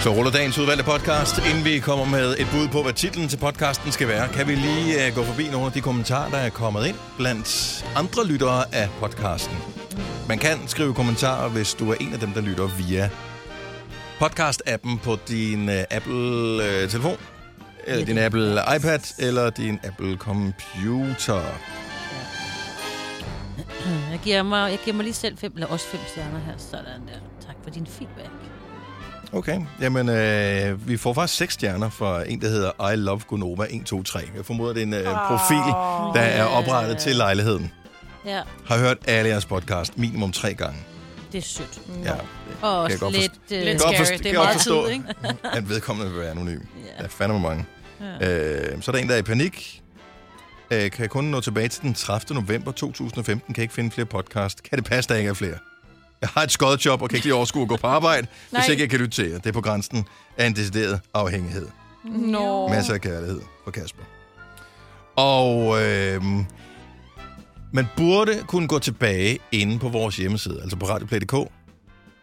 Så ruller dagens udvalgte podcast, inden vi kommer med et bud på, hvad titlen til podcasten skal være. Kan vi lige uh, gå forbi nogle af de kommentarer, der er kommet ind blandt andre lyttere af podcasten? Man kan skrive kommentarer, hvis du er en af dem, der lytter via podcast-appen på din uh, Apple-telefon, eller din Apple iPad, eller din Apple Computer. Hmm, Jeg giver mig, jeg giver mig lige selv fem, eller også fem stjerner her. Sådan der. Tak for din feedback. Okay, jamen øh, vi får faktisk seks stjerner fra en, der hedder I Love Gonova 123. Jeg formoder, det er en øh, profil, der er oprettet til lejligheden. Ja, Har hørt alle jeres podcast minimum tre gange. det er sødt. Ja, Og jeg også godt lidt... Øh, Lidt Godt scary. forst- Det er godt meget forstå. tid, ikke? at vedkommende vil være anonym. ja. Der er fandme mange. Ja. Øh, så er der en, der er i panik. Øh, kan kun nå tilbage til den 30. november 2015. Kan ikke finde flere podcast. Kan det passe, der ikke er flere? Jeg har et skodjob og kan ikke lige overskue at gå på arbejde, Nej. hvis ikke jeg kan lytte til jer. Det er på grænsen af en decideret afhængighed. Mm. Nå. Masser af kærlighed for Kasper. Og øh, man burde kunne gå tilbage inde på vores hjemmeside, altså på radioplay.dk,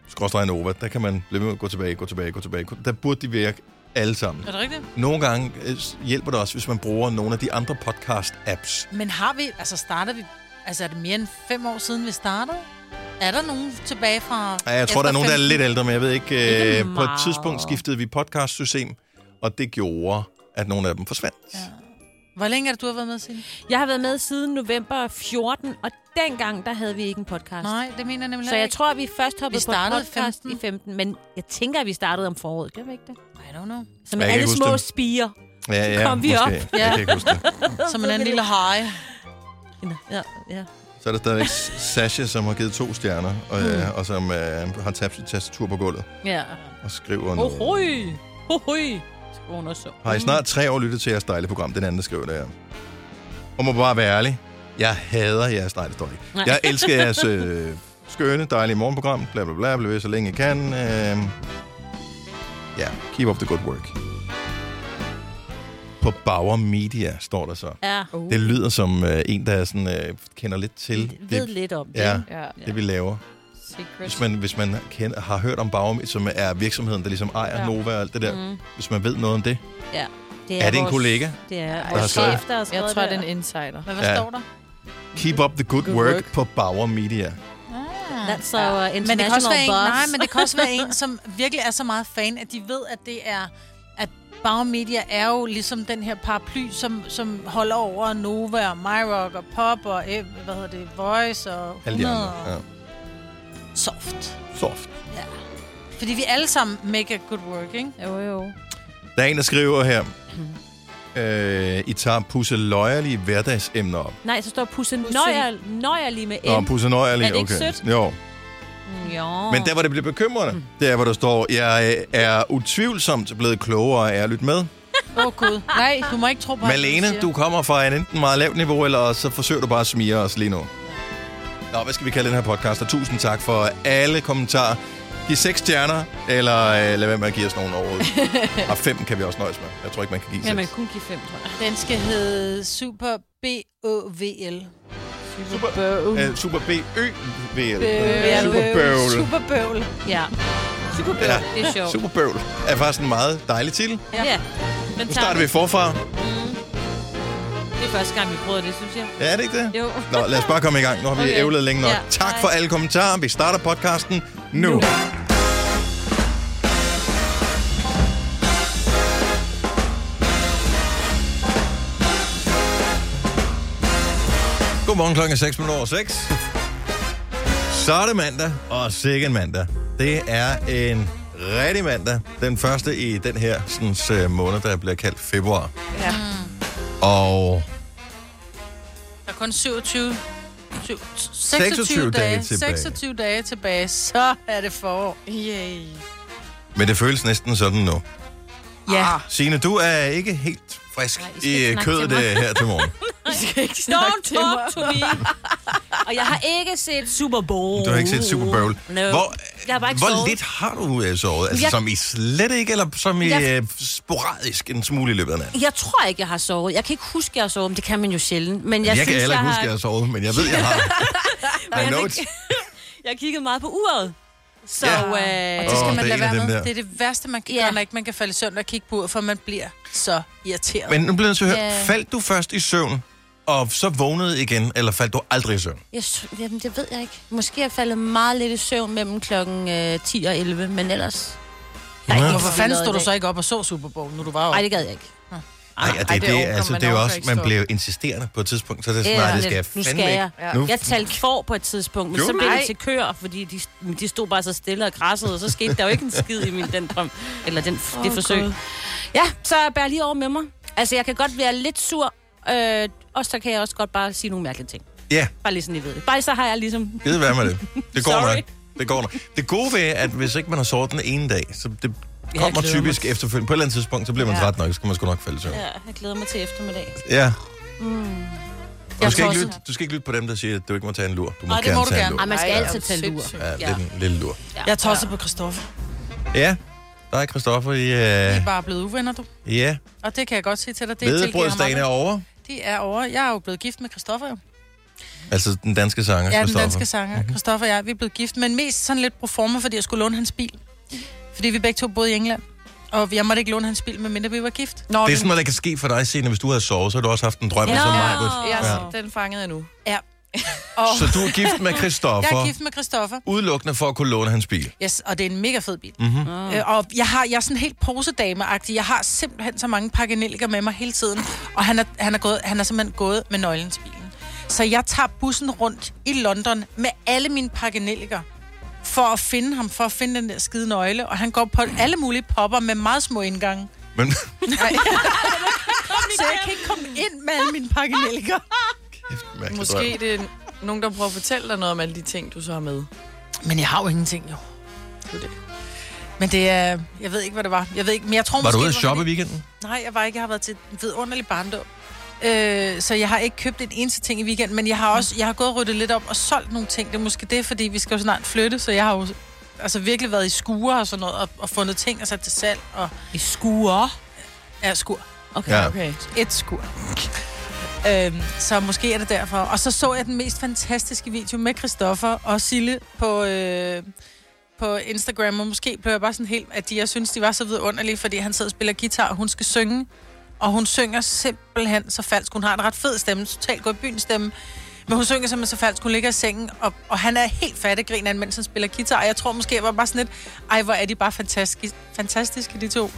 skråstrej Nova, der kan man blive ved med at gå tilbage, gå tilbage, gå tilbage. Der burde de virke alle sammen. Er det rigtigt? Nogle gange øh, hjælper det også, hvis man bruger nogle af de andre podcast-apps. Men har vi... Altså, starter vi... Altså, er det mere end fem år siden, vi startede? Er der nogen tilbage fra... Ja, jeg tror, der er nogen, der er lidt ældre, men jeg ved ikke. Ikke Øh, på et meget. tidspunkt skiftede vi podcast-system, og det gjorde, at nogle af dem forsvandt. Hvor længe er det, du har været med, Signe? Jeg har været med siden november 14, og dengang, der havde vi ikke en podcast. Nej. Nej, det mener jeg nemlig Så jeg ikke. tror, at vi først hoppede Vi på en startede i podcast 15. i 15, men jeg tænker, at vi startede om foråret. Gør vi ikke det? I don't know. Som Jeg alle kan ikke huske små det. spiger. Ja, ja, kom vi måske. op. Jeg kan ikke huske det. Som en anden lille hej. Ja, ja. Så er der stadigvæk Sasha, som har givet to stjerner, og, øh, og som øh, har tabt sit tastatur på gulvet ja. og skriver noget. Ohoj! Ohoj! Skal hun også så. Har i snart tre år lyttet til jeres dejlige program? Den anden, der skriver det her. Og må bare være ærlig. Jeg hader jeres dejlige story. Jeg elsker jeres øh, skønne, dejlige morgenprogram. Bla, bla, bla. Bliv ved, så længe I kan. Øh, Ja, keep up the good work. På Bauer Media står der så. Ja, Det lyder som øh, en, der sådan, øh, kender lidt til ved det, lidt om det. ja, Ja. det, vi laver. Secret. Hvis man, hvis man kender, har hørt om Bauer, som er virksomheden, der ligesom ejer ja. Ja. Nova og alt det der, mm. hvis man ved noget om det. Er det en vores- kollega? Det er har vores skrevet- chef, der har skrevet Jeg tror, det er der. en insider. Hvad, hvad Ja. står der? Keep up the good, Good work, work. på Bauer Media. That's our international Men det kan også være en, boss. nej, men det kan også være en, som virkelig er så meget fan, at de ved, at det er at Bauer Media er jo ligesom den her paraply, som, som holder over Nova og MyRock og Pop og eh, hvad hedder det, Voice og Alle de 100 andre. og Ja. Soft. Soft. Fordi vi alle sammen make a good work, ikke? Jo, jo. Der er en, der skriver her. Øh, I tager pusseløjerlige hverdagsemner op. Nej, så står pusse nøjer, nøjer lige med M. Nå, pusseløjerlige, Er det ikke okay. sødt? Jo. jo. Men der, hvor det bliver bekymrende, det er, hvor der står, jeg øh, er utvivlsomt blevet klogere af at lytte med. Åh oh, gud. Nej, du må ikke tro på, Malene, du kommer fra en enten meget lavt niveau, eller så forsøger du bare at smige os lige nu. Nå, hvad skal vi kalde den her podcast? Og tusind tak for alle kommentarer. Giv seks stjerner, eller øh, lad være med at give os nogen overhovedet. og fem kan vi også nøjes med. Jeg tror ikke, man kan give Ja, man seks. kunne give fem, tror jeg. Den skal hedde Super B-O-V-L. Super, Uh. øh, super B-Ø-VL. Bøvl. Super Bøvl. Super bøvl. Ja. Super Ja. Det er sjovt. Super Bøvl er faktisk en meget dejlig titel. Nu Ja. Den tager starter vi forfra. Det er første gang, vi prøvede det, synes jeg. Ja, er det ikke det? Jo. Nå, lad os bare komme i gang. Nu har vi okay. Okay. ævlet længe nok. Ja. Ja. Tak Hej. for alle kommentarer. Vi starter podcasten nu. nu. Godmorgen klokken 6 minutter over 6. Så er det mandag, og sikke en mandag. Det er en rigtig mandag. Den første i den her sådan, øh, måned, der bliver kaldt februar. Ja. Mm. Og Der er kun 27... 27 26 26 dage dage, tilbage. 26 dage tilbage, så er det forår. Yay. Men det føles næsten sådan nu. Ja. Ah, Signe, du er ikke helt frisk Nej, I skal i ikke øh, snakke kødet til mig. øh, her til morgen. I skal ikke snakke Don't til mig. talk to me. Og jeg har ikke set Super Bowl. Du har ikke set Super Bowl. No. Hvor, Jeg har bare ikke hvor sovet. lidt har du øh, sovet? Altså Jeg- som i slet ikke, eller som i Jeg- øh, sporadisk en smule i løbet af natten? Jeg tror ikke, jeg har sovet. Jeg kan ikke huske, jeg har sovet, men det kan man jo sjældent. Men jeg, Jeg, jeg kan synes, heller ikke jeg huske, at jeg har... har sovet, men jeg ved, jeg har. I know it. Jeg har kigget meget på uret. Så, Ja. øh, og det skal Åh, oh, det man er lade en af være dem med. der. Det er det værste, man kan Ja. yeah. gøre, når ikke man kan falde i søvn og kigge på ud, for man bliver så irriteret. Men nu bliver jeg så hørt, Ja. faldt du først i søvn, og så vågnede igen, eller faldt du aldrig i søvn? Jeg, s- jamen, det ved jeg ikke. Måske er jeg faldet meget lidt i søvn mellem klokken øh, 10 og 11, men ellers... Ja. ikke Hvorfor så fanden noget stod i du dag. så ikke op og så Super Bowl, nu du var jo... Nej, det gad jeg ikke. Nej, og det, ej, er det det, orker altså, man det er jo orker også, ikke man stå. bliver jo insisterende på et tidspunkt, så det er sådan, Ja. nej, det skal jeg Nu fandme skal jeg. ikke. Nu, Jeg talte kår på et tidspunkt, men Gjorde så du blev det? det til køer, fordi de, de stod bare så stille og krassede, og så skete der jo ikke en skid i min den drøm, eller den, oh, det forsøg. God. Ja, så bær lige over med mig. Altså, jeg kan godt være lidt sur, øh, og så kan jeg også godt bare sige nogle mærkelige ting. ja, Bare lige sådan, I ved det. Bare så har jeg ligesom... Givet være med det. Det går Sorry. nok. Det går nok. Det gode ved, at hvis ikke man har sovet den ene dag, så det jeg kommer glæder typisk efterfølgende. På et eller andet tidspunkt, så bliver man Ja. træt nok, så skal man sgu nok falde i søvn. Ja, jeg glæder mig til eftermiddag. Mm. Ja. Og du, Jeg skal tror ikke også- lytte, du skal ikke lytte på dem, der siger, at du ikke må tage en lur. Du må Nej, det gerne må du tage gerne. en Ej, man skal Ej, altid er du tage lur. sindssyg. lur. Ja, Ja. lidt en lille lur. Jeg tror også på Christoffer. Ja, der er Christoffer i... Vi er Øh, bare blevet uvenner, du. ja, Og det kan jeg godt sige til dig. Det tilgiver jeg vedbrødsdagen meget. er over. De er over. Jeg er jo blevet gift med Christoffer, jo. Altså den danske sanger, Ja, den Christoffer. Mhm. danske sanger. Christoffer og jeg, vi er blevet gift, men mest sådan lidt pro forma, fordi jeg skulle låne hans bil. Fordi vi begge to boede i England. Og jeg måtte ikke låne hans bil, medmindre vi var gift. Nå, Det er den, sådan noget, der kan ske for dig, Signe. Hvis du havde sovet, så har du også haft en drøm, Ja. som mig. ja, Ja. den fangede jeg nu. Og Så du er gift med jeg er Christoffer, gift med Christoffer. udelukkende for at kunne låne hans bil. Yes, og det er en mega fed bil. Mm-hmm. Øh, og jeg, har, jeg er sådan helt posedameagtig. Jeg har simpelthen så mange pakkenelliker med mig hele tiden. Og han er, han, er gået, han er simpelthen gået med nøglen til bilen. Så jeg tager bussen rundt i London med alle mine pakkenelliker for at finde ham, for at finde den der skide nøgle. Og han går på alle mulige popper med meget små indgange. Men Så jeg kan ikke komme ind med alle mine pakkenelliker. kæft, mærkelig drøm. Måske det er nogen, der prøver at fortælle dig noget om alle de ting, du så har med. Men jeg har jo ingenting, jo. Det er det. Men det er... Jeg ved ikke, hvad det var. Jeg ved ikke, men jeg tror Var måske... du ude at det shoppe i weekenden? Nej, jeg var ikke. Jeg har været til en vidunderlig barndom. Øh, så jeg har ikke købt en eneste ting i weekenden, men jeg har også jeg har gået og ryddet lidt op og solgt nogle ting. Det er måske det, fordi vi skal jo snart flytte, så jeg har jo altså virkelig været i skure og sådan noget, og, og fundet ting og sat til salg. Og, I skuer. ja, skur. Okay. Ja. Okay. Et skur. Øhm, så måske er det derfor. Og så så jeg den mest fantastiske video med Christoffer og Sille på, øh, på Instagram, og måske blev jeg bare sådan helt, at de, jeg synes, de var så vidunderlige, fordi han sidder og spiller guitar, og hun skal synge, og hun synger simpelthen så falsk. Hun har en ret fed stemme, totalt god byens stemme, men hun synger simpelthen så falsk. Hun ligger i sengen, og, og han er helt fattegrineren, mens han spiller guitar, og jeg tror måske, jeg var bare sådan lidt, ej, hvor er de bare fantastiske, fantastiske de to.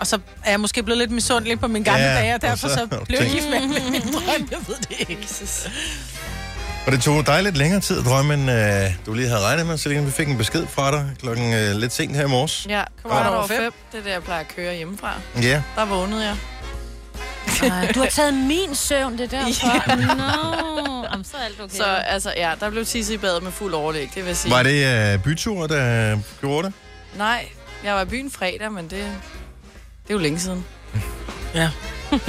Og så er jeg måske blevet lidt misundelig på mine gamle Ja, ja, dage, og og derfor så- så, så blev jeg tænk. gift med med min drøm. Jeg ved det ikke. Og det tog dig lidt længere tid at drømme, end øh, du lige havde regnet med, Selina. Vi fik en besked fra dig klokken øh, lidt sent her i morges. Ja, Kvart kvart over over fem. Det er det, jeg plejer at køre hjemmefra. Ja. Der vågnede jeg. Ej, du har taget min søvn, det der. Yeah. No. Jamen, så er alt okay. Så altså, ja, der blev tisse i badet med fuld overlæg, det vil jeg sige. Var det øh, byture, der gjorde det? Nej, jeg var i byen fredag, men det, det er jo længe siden. Jeg vil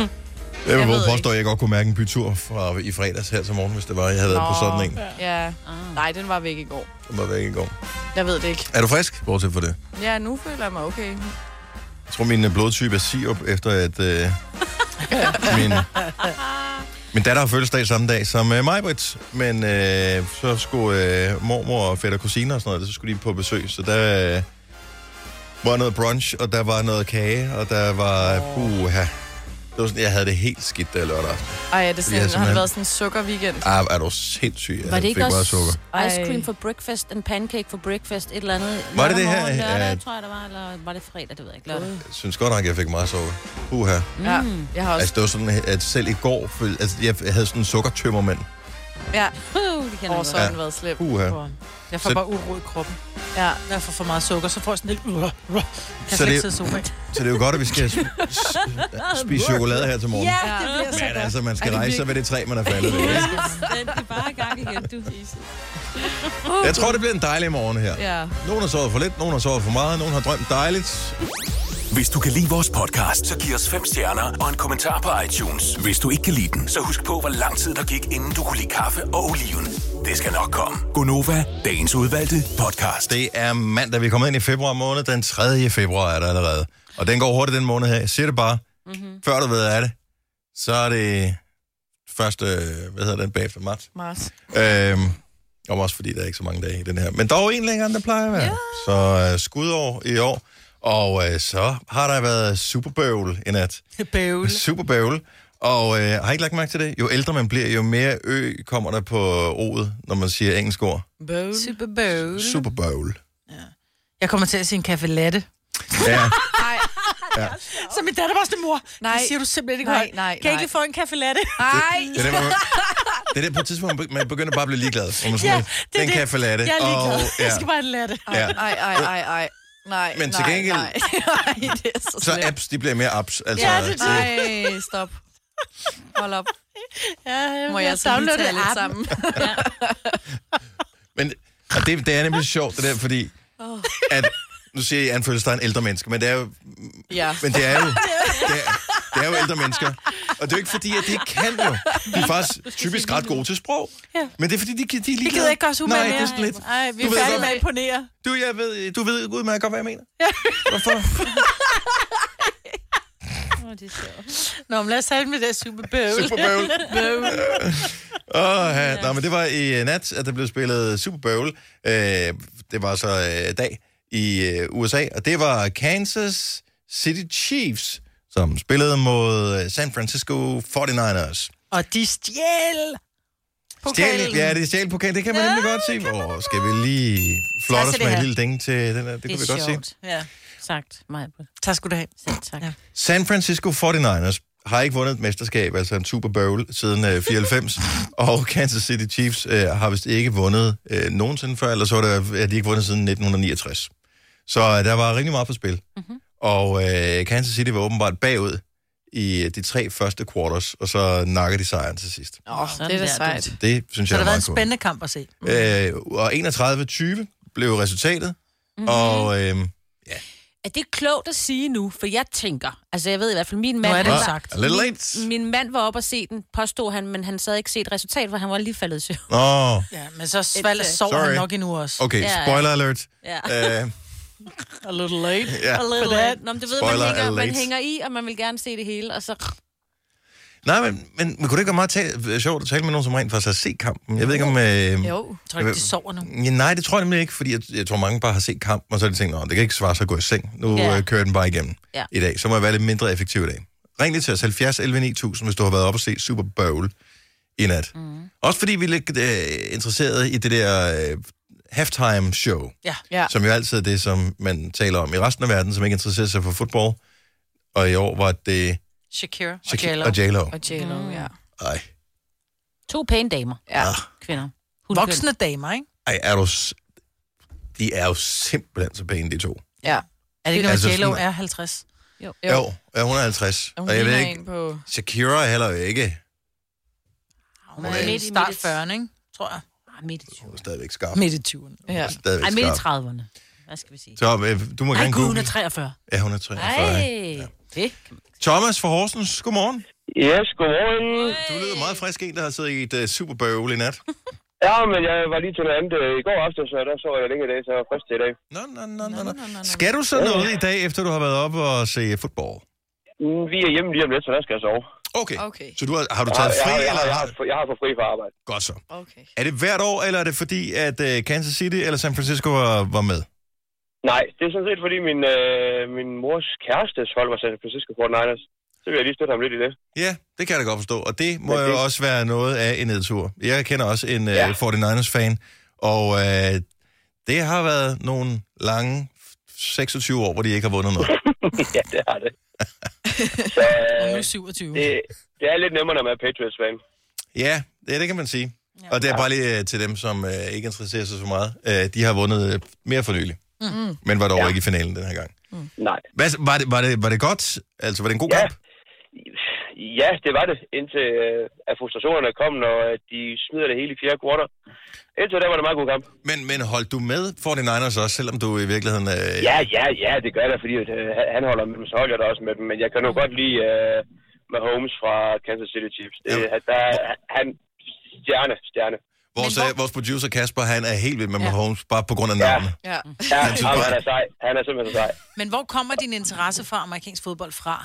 Jeg både ved påstå, at jeg godt kunne mærke en bytur fra i fredags her til morgen, hvis det var, jeg havde været på Nå. sådan en. Ja. Ah. Nej, den var væk i går. Den var væk i går. Jeg ved det ikke. Er du frisk, bortset for det? Ja, nu føler jeg mig okay. Jeg tror, min øh, blodtype er sirup, efter at øh, min, min datter har fødselsdag samme dag som øh, Majbrit. Men øh, så skulle øh, mormor og fætter og kusiner og sådan noget, så skulle de på besøg. Så der øh, var noget brunch, og der var noget kage, og der var... Oh. Puha. Det var sådan, jeg havde det helt skidt der lørdag aften. Ej, er det Ja, sådan, ja, har simpelthen. det været sådan en sukkerweekend? Ah, er du sindssyg? Var jeg det ikke fik meget også sukker. ice cream Ej. for breakfast, en pancake for breakfast, et eller andet? Var det det her? Lørdag, morgen, Ja. lørdag tror jeg, det var, eller var det fredag, det ved jeg ikke. Lørdag. Mm. Jeg synes godt nok, jeg fik meget sukker. Puha. Ja, jeg har også... Altså, det var sådan, at selv i går, føl- altså, jeg havde sådan en sukkertømmermænd. Ja, Uh, det kan jeg og så godt. har Ja. den været slem. Puha. Jeg får Så- bare uro i kroppen. Ja. Jeg får for meget sukker, så får jeg sådan lidt... Uh, uh, kan Så så slet det- ikke sidde i sofaen. Så det er jo godt, at vi skal sp- s- spise chokolade her til morgen. Ja, Ja. det bliver så Men godt. altså, man skal Er det rejse sig ved det træ, man er faldet ved. ikke? Den bare i gang igen, du. Jeg tror, det bliver en dejlig morgen her. Ja. Nogen har sovet for lidt, nogen har sovet for meget, nogen har drømt dejligt. Hvis du kan lide vores podcast, så giv os fem stjerner og en kommentar på iTunes. Hvis du ikke kan lide den, så husk på, hvor lang tid der gik, inden du kunne lide kaffe og oliven. Det skal nok komme. Gonova, dagens udvalgte podcast. Det er mandag, vi er kommet ind i februar måned. Den 3. februar er der allerede. Og den går hurtigt den måned her. Jeg siger det bare. Mhm. Mm-hmm. Før du ved af det, så er det første, hvad hedder den, bagefter marts. Mars. Øhm, Og også fordi der er ikke så mange dage i den her. Men dog en længere, end der plejer at være. Ja. Så øh, skudår i år. Og øh, så har der været superbøvl i nat. Bøvl. Superbøvl. Og øh, har I ikke lagt mærke til det? Jo ældre man bliver, jo mere ø kommer der på ordet, når man siger engelsk ord. Mm. Bøvl. Super bøvl. Superbøvl. Jeg kommer til at sige en kaffe latte. Ja. Nej, Så min datter var sådan, mor, nej, Nej. det siger du simpelthen ikke Nej, højt. nej, Kan jeg nej. ikke lige få en kaffe latte? nej. Det er det, man, det er det på et tidspunkt, man be- man begynder bare at blive ligeglad. Hvor man sådan, Ja, ja, det er den det. kaffe latte. Jeg er ligeglad. Og, Jeg skal bare have en latte. ja. Ej, ej, ej, ej. Nej, Men til nej, gengæld- Nej, nej, det er så Så slemt. apps, de bliver mere apps. Altså, Ja, det er øh, Nej, stop. Hold op. Ja, jeg Må vil jeg altså lige downloade tage lidt appen. sammen? Men og det, det er nemlig sjovt, det der, fordi... At, nu siger jeg, at Anne føles, der er en ældre menneske, men det er jo... Ja. Men det er jo... Det er, det er jo ældre mennesker. Og det er jo ikke fordi, at de ikke kan jo. De er faktisk typisk ret gode til sprog. Ja. Men det er fordi, de, de er ligeglade. Vi gider ikke også Nej, umage det er sådan lidt. Nej, vi Du er ved færdige godt- med at imponere. Du, jeg ved, du ved udmærket godt, hvad jeg mener. Hvorfor? Nå, men lad os tale med det super bøvl. Super Bowl. Åh, ja. Nå, men det var i øh, nat, at der blev spillet Super Bowl. Øh, det var så øh, dag i øh, USA, og det var Kansas City Chiefs, som spillede mod øh, San Francisco 49ers. Og de stjæl. Stjæl, ja, det er stjælpokal, det kan man nemlig godt se. Åh, skal vi lige flotte os det med en her. lille ding til den her? Det, det kan vi det er godt se. sjovt. Ja. Sagt, mig. Tak skal du have. Selv tak. Ja. San Francisco 49ers har ikke vundet et mesterskab, altså en Super Bowl, siden øh, 94, og Kansas City Chiefs øh, har vist ikke vundet øh, nogensinde før, eller så har det, at de ikke vundet siden 1969. Så øh, der var rimelig meget på spil. Mm-hmm. Og øh, Kansas City var åbenbart bagud i øh, de tre første quarters, og så nakker de sejren til sidst. Åh, Sådan det er da der, sejt. Det synes Så det har jeg er været meget en spændende kamp at se. Mm. Øh, cool. Øh, og 31-20 blev resultatet, mm-hmm. og øh, Er det klogt at sige nu? For jeg tænker, altså jeg ved i hvert fald, min mand... er det han var sagt. a little late. Min, min mand var oppe og se den, påstod han, men han sad ikke set resultat, for han var lige faldet i søvn. Nå, Ja, men så svalg, øh, sov han Sorry. nok endnu også. okay, Ja. spoiler alert. Ja. Øh, A little late. ja. A For that. little. Nå, men du ved, man Spoiler hænger, man alert. hænger i, og man vil gerne se det hele, og så... Nej, men, men, men kunne det ikke være meget ta- sjovt at tale med nogen, som rent faktisk har set kampen? Jeg ved ikke om... Øh, Jo. Jeg tror ikke, de sover nu. Ja, nej, det tror jeg nemlig ikke, fordi jeg, jeg tror, mange bare har set kampen, og så har de tænkt, "Nå, det kan ikke svare sig at gå i seng. Nu Ja. ja. øh, kører den bare igennem Ja. ja. i dag. Så må jeg være lidt mindre effektiv i dag. Ring lige til os 70 11 9000, hvis du har været op og set Super Bowl i nat. Mm. Også fordi vi er lidt øh, interesserede i det der øh, halftime show, Ja. Ja. som jo altid er det, som man taler om i resten af verden, som ikke interesserer sig for fodbold. Og i år var det Shakira og Shakira J-Lo. Mm. og J-Lo. Og J-Lo, ja. Ej, To pæne damer, Ja. Ah. kvinder. Voksne damer, ikke? Ej, er du... s- De er jo simpelthen så pæne, de to. ja. Er det ikke noget, Altså, J-Lo sådan- er 50? Jo, jo ja, hun er 50. Og hun og jeg ved ligner ikke, en på... Shakira er heller ikke. Hun er er i midt i start midtet. 40'erne, ikke? Tror jeg. Ah, midt i 20'erne. Hun er stadigvæk skarp. Altså, Midt i 20'erne. Ja. Ej, Stadigvæk midt i skarp. 30'erne. Hvad skal vi sige? Så øh, du må Ej, gerne gud, hun google. er 43. Ja, hun er 43. Ej, Ej. det kan man- Thomas fra Horsens, godmorgen. Yes, godmorgen. Du lyder meget frisk, en der har siddet i et uh, superbøvel i nat. Ja, men jeg var lige til noget andet øh, i går aften, så der så jeg længe i dag, så jeg er frisk til i dag. Nå, nå, nå, nå, nå. Skal du så noget i dag, efter du har været op og se fodbold? Mm, Vi er hjemme lige om lidt, så der skal jeg sove. Okay. Okay. Så du har, har du Jeg har, taget jeg, fri, har, jeg, har, eller jeg, har, jeg har fået fri fra arbejde. Godt så. Okay. Er det hvert år, eller er det fordi, at uh, Kansas City eller San Francisco var, var med? Nej, det er sådan set, fordi min, øh, min mors kærestes hold var San Francisco 49ers. Så vil jeg lige støtte ham lidt i det. Ja, det kan jeg da godt forstå, og det må Men okay. jo det- også være noget af en nedtur. Jeg kender også en ja. Ja. uh, 49ers-fan, og uh, det har været nogle lange 26 år, hvor de ikke har vundet noget. ja, det har det. så Og nu øh, er 27. det, det er lidt nemmere, når man er Patriots-fan. ja, det, det kan man sige. Ja. Og det er bare lige uh, til dem, som uh, ikke interesserer sig så meget. Uh, de har vundet uh, mere for nylig, mm. men var dog ja. Ja. ikke i finalen den her gang. Nej. Hvad, var, det, var, det, var det godt? Altså, var det en god Ja. kamp? Ja, det var det, indtil øh, at frustrationerne kom, når øh, de smider det hele i fjerde kvarter. Indtil da var det en meget god kamp. Men, men holdt du med 49ers også, selvom du i virkeligheden... Uh, Ja, ja, ja, det gør jeg da, fordi øh, han- han holder med dem, så holder jeg da også med dem. Men jeg kan nu godt lide øh, Mahomes fra Kansas City Chiefs. Det, Ja. ja. der, han, stjerne, stjerne. Vores, Men hvor... hvor- øh, vores producer Kasper, han er helt vild med Ja. Mahomes, bare på grund af Ja. navnet. Ja. Ja, Jeg synes jamen, bare- han er sej. Han er simpelthen så sej. Men hvor kommer din interesse for amerikansk fodbold fra?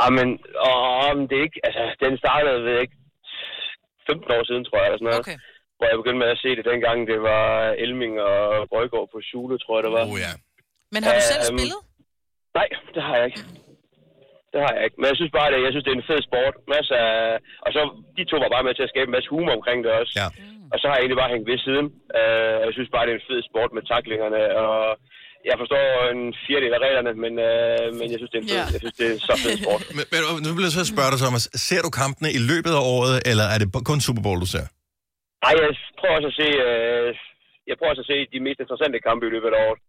Jamen, åh, men det er ikke, altså, den startede, ved jeg ikke, 15 år siden, tror jeg, eller sådan noget. Okay. hvor jeg begyndte med at se det dengang, det var Elming og Brøgaard på Sule, tror jeg, det var. Oh, ja. Men har du selv Øhm, spillet? Nej, det har jeg ikke. Det har jeg ikke. Men jeg synes bare, at jeg synes, det er en fed sport. Masser af... Og så de to var bare med til at skabe en masse humor omkring det også. Ja. Og så har jeg egentlig bare hængt ved siden. Øh, jeg synes bare, det er en fed sport med taklingerne. Og jeg forstår en fjerdedel af reglerne, men, øh, men jeg synes, det er en fed, Ja. jeg synes, det er en så fed sport. Men, men, nu bliver jeg så spørge dig, Thomas. Ser du kampene i løbet af året, eller er det kun Super Bowl, du ser? Nej, jeg prøver også at se, øh, jeg prøver også at se de mest interessante kampe i løbet af året.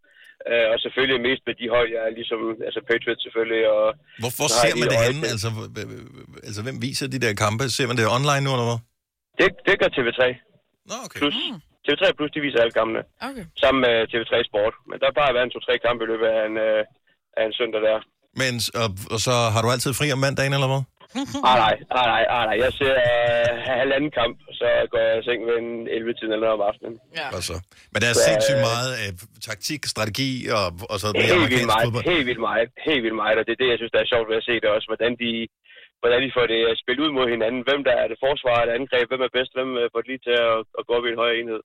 Øh, og selvfølgelig mest med de hold, jeg er ligesom, altså Patriots selvfølgelig, og Hvor, hvor Nej, ser man i det henne? øjeblikket. Altså, h- h- h- altså, hvem viser de der kampe? Ser man det online nu, eller hvad? det, det gør TV3 Nå, okay. Plus. TV3 Plus, de viser alle kampene. Mm. Okay. sammen med TV3 Sport. Men der plejer at være en to-tre kampe i løbet af en, øh, af en søndag der. Men, s- og, og så har du altid fri om mandagen, eller hvad? Ah, nej, ah, nej, ah, nej. Jeg ser øh, halvanden kamp, så går jeg i seng ved en 11-tiden eller noget om aftenen. Ja. Og så. Men der er sindssygt meget øh, taktik, strategi og, og så mere Helt vildt amerikansk meget, fodbold. helt vildt meget, helt vildt meget. Og det er det, jeg synes, der er sjovt ved at se det også, hvordan de, hvordan de får det øh, spillet ud mod hinanden. Hvem der er det forsvar eller angreb, hvem er bedst, hvem øh, får det lige til at, at gå op i en højere enhed.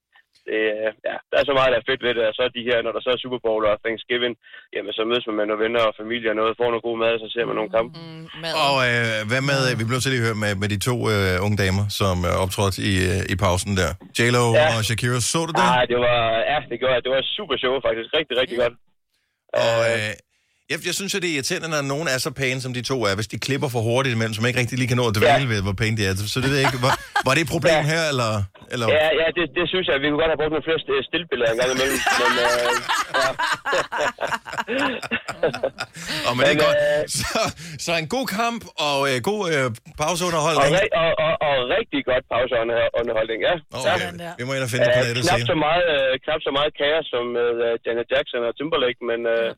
Det, øh, ja, der er så meget, der er fedt ved det, og så de her, når der så er Super Bowl og Thanksgiving, jamen så mødes man med nogle venner og familie og noget, får noget god mad, og så ser man nogle kampe. Mm, mad. Og øh, hvad med, vi blev til lige at høre med, med de to øh, unge damer, som øh, optrådte i, øh, i pausen der. JLo ja. Ja. og Shakira, så du det? Nej, Ah, det var, ja, det gjorde jeg. Det var super show, faktisk. Rigtig, rigtig godt. Og øh, jeg, jeg synes jo, det er irriterende, når nogen er så pæne, som de to er. Hvis de klipper for hurtigt imellem, som ikke rigtig lige kan nå at dvæle Ja. ved, hvor pæne de er. Så det ved jeg ikke, var, var det et problem Ja. her, eller... eller? Ja, ja, det, det synes jeg. Vi kunne godt have brugt nogle flere st- stillbilleder en gang imellem. Men, øh, Og men det er Men, godt. øh, Så, så en god kamp og øh, god øh, og, pauseunderholdning. re- og, og, og, rigtig godt pauseunderholdning, ja. Sådan der. Okay. Vi må ind og finde det Ja, på nettet knap, så senere. meget, øh, knap så meget kaos som med øh, Janet Jackson og Timberlake, men... Øh,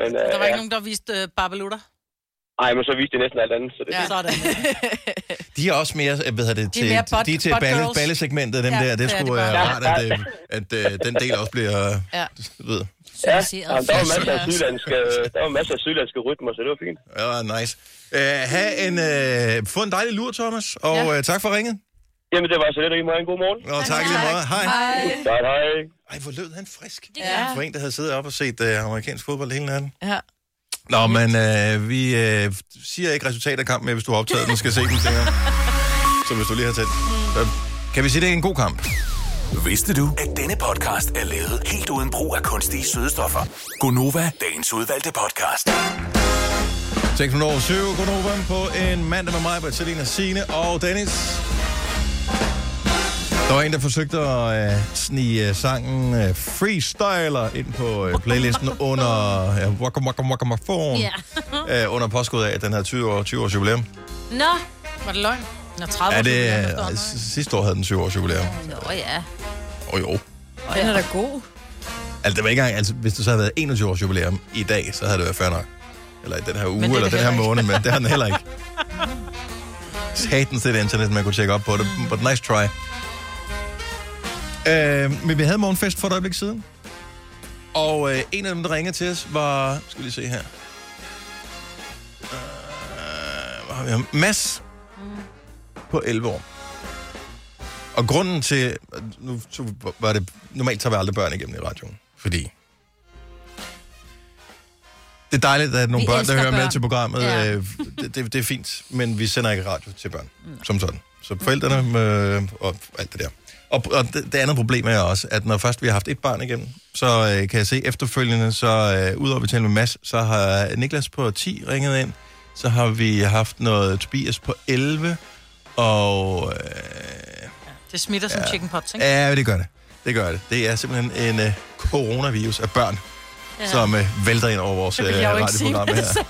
men øh, Der var ja. ikke nogen, der viste øh, babalutter. Ej, men så viste det næsten alt andet. Så det, ja. Ja. Sådan. De er også mere, øh, hvad hedder det, De til, er mere butt- de er til butt balle, girls. ballesegmentet, dem Ja, der. Det er det er sgu de øh, bare. rart, at, øh, at øh, den del også bliver... Øh, ja. Ja. ved, ja, Sympatiseret. jamen, der var masser af sydlandske, der var masser af sydlandske rytmer, så det var fint. ja, nice. Uh, ha en, øh, få en dejlig lur, Thomas, og ja. Ja. øh, tak for ringet. Jamen, det var så lidt, og I må have en god morgen. Og tak i lige meget. Hej. Godt, hej. Ej, hvor lød han frisk. Ja. For en, der havde siddet op og set øh, amerikansk fodbold hele natten. ja. Nå, men øh, vi øh, siger ikke resultatet af kampen, men hvis du har optaget den, skal se den senere. Så hvis du lige har tændt. Så, kan vi sige, det er en god kamp? Vidste du, at denne podcast er lavet helt uden brug af kunstige sødestoffer? Gonova, dagens udvalgte podcast. 6 over 7, Godnova på en mandag med mig, Britt, Selina, Signe og Dennis. Der var en, der forsøgte at øh, snige øh, sangen øh, Freestyler ind på øh, playlisten under øh, Waka Waka Waka Waka Phone, Ja. øh, under påskud af, at den havde 20 år, 20 års jubilæum. Nå. Var det løgn? Nå, 30 Er det, år, øh, det er s- sidste år havde den 20 års jubilæum. Nå ja. Og jo, Den er da god. Altså, det var ikke engang, altså, hvis du så havde været 21 års jubilæum i dag, så havde det været fair nok. Eller i den her uge, det er eller det den her heller ikke. måned, men det har den heller ikke. Satan til det internet, man kunne tjekke op på det, but nice try. Øh, men vi havde morgenfest for et øjeblik siden. Og øh, en af dem, der ringede til os, var... Skal vi lige se her. Øh, hvad har vi ham? Mads Mm. på 11 år. Og grunden til... Nu tog- var det... Normalt tager vi aldrig børn igennem i radioen, fordi... Det er dejligt, at der er nogle Vi børn, der elsker hører med børn. til programmet. Ja. Ja. Øh, det, det, det er fint, men vi sender ikke radio til børn, som sådan. Så forældrene øh, og alt det der. Og, og det, det andet problem er også, at når først vi har haft et barn igennem, så øh, kan jeg se efterfølgende, så øh, udover at vi taler med Mads, så har Niklas på 10 ringet ind, så har vi haft noget Tobias på 11, og... Øh, Det smitter som chicken pots, ikke? Ja, det gør det. Det gør det. Det er simpelthen en uh, coronavirus af børn, ja. som uh, vælter ind over vores uh, vil jeg jo ikke sige, radioprogram men her. så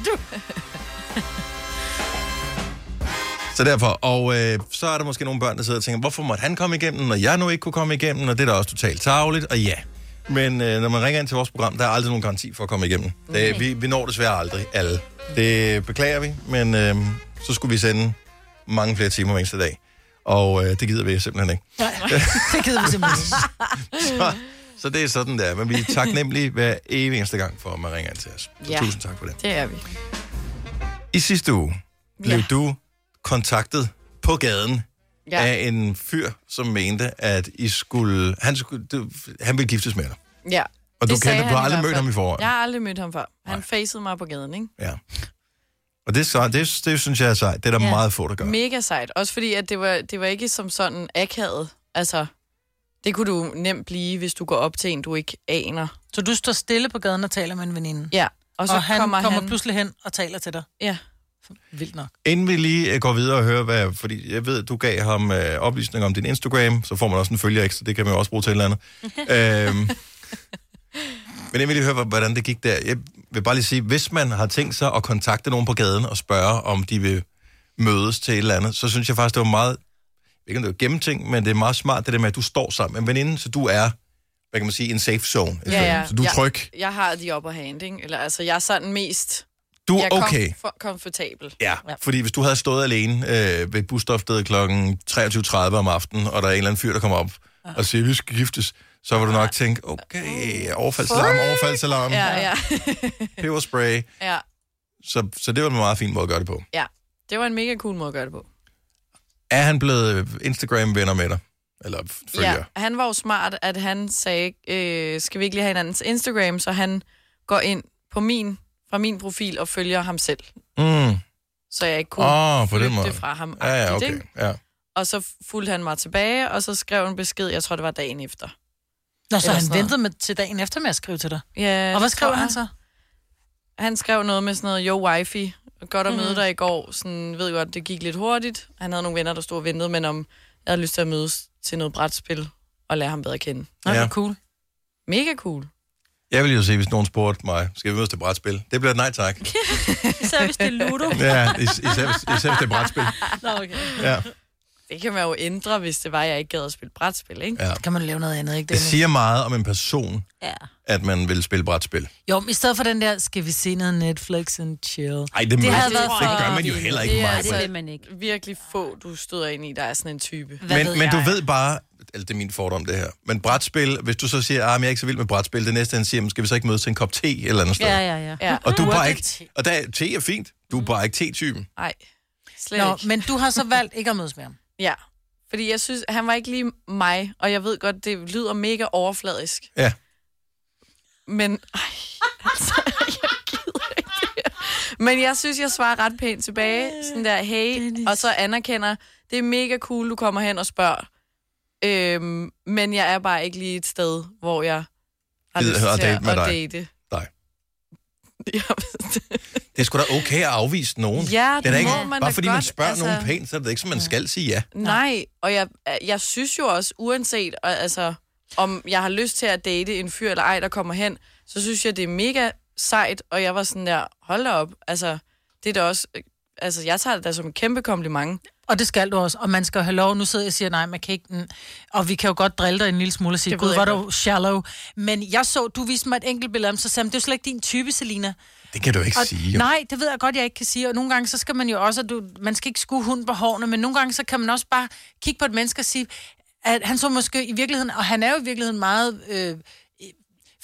så derfor, og øh, så er der måske nogle børn, der sidder og tænker, hvorfor måtte han komme igennem, når jeg nu ikke kunne komme igennem, og det er da også totalt tageligt, og ja. Men øh, når man ringer ind til vores program, der er aldrig nogen garanti for at komme igennem. Det, vi, vi når desværre aldrig alle. Det beklager vi, men øh, så skulle vi sende mange flere timer hver eneste dag. Og øh, det gider vi simpelthen ikke. Nej, det gider vi simpelthen. ikke. Så, så det er sådan, der. Men vi er taknemmelige hver evig eneste gang for, at man ringer ind til os. Så Ja. Tusind tak for det. Det er vi. I sidste uge blev Ja. du kontaktet på gaden ja. af en fyr, som mente, at I skulle, han, skulle, du, han ville giftes med dig. Ja. Og du Det sagde kendte, du han har i aldrig hvert mødt fald. ham i forvejen. Jeg har aldrig mødt ham før. Han facede mig på gaden, ikke? Ja. Og det, er så, det, det synes jeg er sejt. Det er der ja. meget få, der gør. Mega sejt. Også fordi, at det var, det var ikke som sådan akavet. Altså, det kunne du nemt blive, hvis du går op til en, du ikke aner. Så du står stille på gaden og taler med en veninde. Ja. Og, Og så så og han kommer, kommer, kommer han... pludselig hen og taler til dig. Ja. Vildt nok. Inden vi lige øh, går videre og hører, hvad, fordi jeg ved, du gav ham øh, oplysninger om din Instagram, så får man også en følger ekstra, det kan man jo også bruge til et eller andet. øhm, men inden vi lige hører, hvor- hvordan det gik der, jeg vil bare lige sige, hvis man har tænkt sig at kontakte nogen på gaden og spørge, om de vil mødes til et eller andet, så synes jeg faktisk, det var meget, jeg ved ikke om det var gennemtænkt, men det er meget smart, det der med, at du står sammen med en veninde, så du er, hvad kan man sige, en safe zone. Ja, ja. Så du er Ja. tryg. Jeg har de op og hand, ikke? Eller altså, jeg er sådan mest... Du er Jeg er okay. Kom, for, komfortabel. Ja, fordi hvis du havde stået alene øh, ved busstofstedet kl. 23.30 om aftenen, og der er en eller anden fyr, der kommer op Ah. og siger, vi skal giftes, så vil du nok tænke, okay, overfaldsalarm, overfaldsalarm, Ja, ja. peberspray. ja. Så, så det var en meget fin måde at gøre det på. ja. Det var en mega cool måde at gøre det på. Er han blevet Instagram-venner med dig? Eller f- følger? Ja. Ja, han var jo smart, at han sagde, øh, skal vi ikke lige have hinandens Instagram, så han går ind på min, fra min profil og følger ham selv, Mm. så jeg ikke kunne Åh, på den flytte måde. det fra ham. Ja, ja, agtigt, okay. ikke? Ja. Og så fulgte han mig tilbage, og så skrev en besked, jeg tror, det var dagen efter. Nå, så Eller han sådan noget. ventede med, til dagen efter med at skrive til dig. Ja, Og hvad det tror skrev han jeg. så? Han skrev noget med sådan noget, yo wifey, godt at møde dig i går. Sådan, ved godt, det gik lidt hurtigt. Han havde nogle venner, der stod og ventede, men om jeg havde lyst til at mødes til noget brætspil og lære ham bedre at kende. Nå, Ja. ja. cool. Mega cool. Jeg ville jo se, hvis nogen spurgte mig, skal vi mødes til brætspil? Det bliver et nej tak. Især hvis det er Ludo. Ja, is- især, hvis- især hvis det er brætspil. Nå, okay. Ja. Det kan man jo ændre, hvis det var, jeg ikke gad at spille brætspil, ikke? Ja. Kan man lave noget andet, ikke? Det Det siger meget om en person, Ja. at man vil spille brætspil. Jo, men i stedet for den der, skal vi se noget Netflix and chill. Ej, det, det, havde været altså, det for- gør man jo heller ikke Det er meget. altså- Det vil man ikke. Virkelig få, du støder ind i, der er sådan en type. Hvad Men, ved men du jeg? ved bare, altså det er min fordom det her, men brætspil, hvis du så siger, at ah, men jeg er ikke så vild med brætspil, det næste han siger, "Men skal vi så ikke mødes til en kop te et eller andet sted? Ja, ja, ja. Ja, Mm. Og du er bare Hurtigt ikke, te. og der, te er fint, du er bare ikke te-typen. nej. Slet Nå, ikke. men du har så valgt ikke at mødes med ham. Ja. Fordi jeg synes, han var ikke lige mig, og jeg ved godt, det lyder mega overfladisk. Ja. Men, ej, altså, jeg gider ikke det her. Men jeg synes, jeg svarer ret pænt tilbage. Sådan der, hey, og så anerkender, det er mega cool, du kommer hen og spørger. Øhm, men jeg er bare ikke lige et sted, hvor jeg har Gider lyst at til date med at, at dig. date. Nej. Ja, Det er sgu da okay at afvise nogen. Ja, det er da det ikke, må man bare da fordi man godt, spørger altså. nogen pænt, så er det ikke, som man skal sige ja. Nej, og jeg, jeg synes jo også, uanset og, altså, om jeg har lyst til at date en fyr eller ej, der kommer hen, så synes jeg, det er mega sejt, og jeg var sådan der, hold da op, altså, det er da også, altså, jeg tager det da som en kæmpe kompliment. Og det skal du også, og man skal have lov. Nu sidder jeg og siger, nej, man kan ikke... den- Og vi kan jo godt drille dig en lille smule og sige, Det ved gud, jeg var du shallow. Men jeg så, du viste mig et enkelt billede af ham, så sagde han, det er jo slet ikke din type, Selina. Det kan du ikke Og, sige. Jo. nej, det ved jeg godt, jeg ikke kan sige. Og nogle gange, så skal man jo også, at du, man skal ikke skue hunden på hårene, men nogle gange, så kan man også bare kigge på et menneske og sige, at han så måske i virkeligheden, og han er jo i virkeligheden meget øh,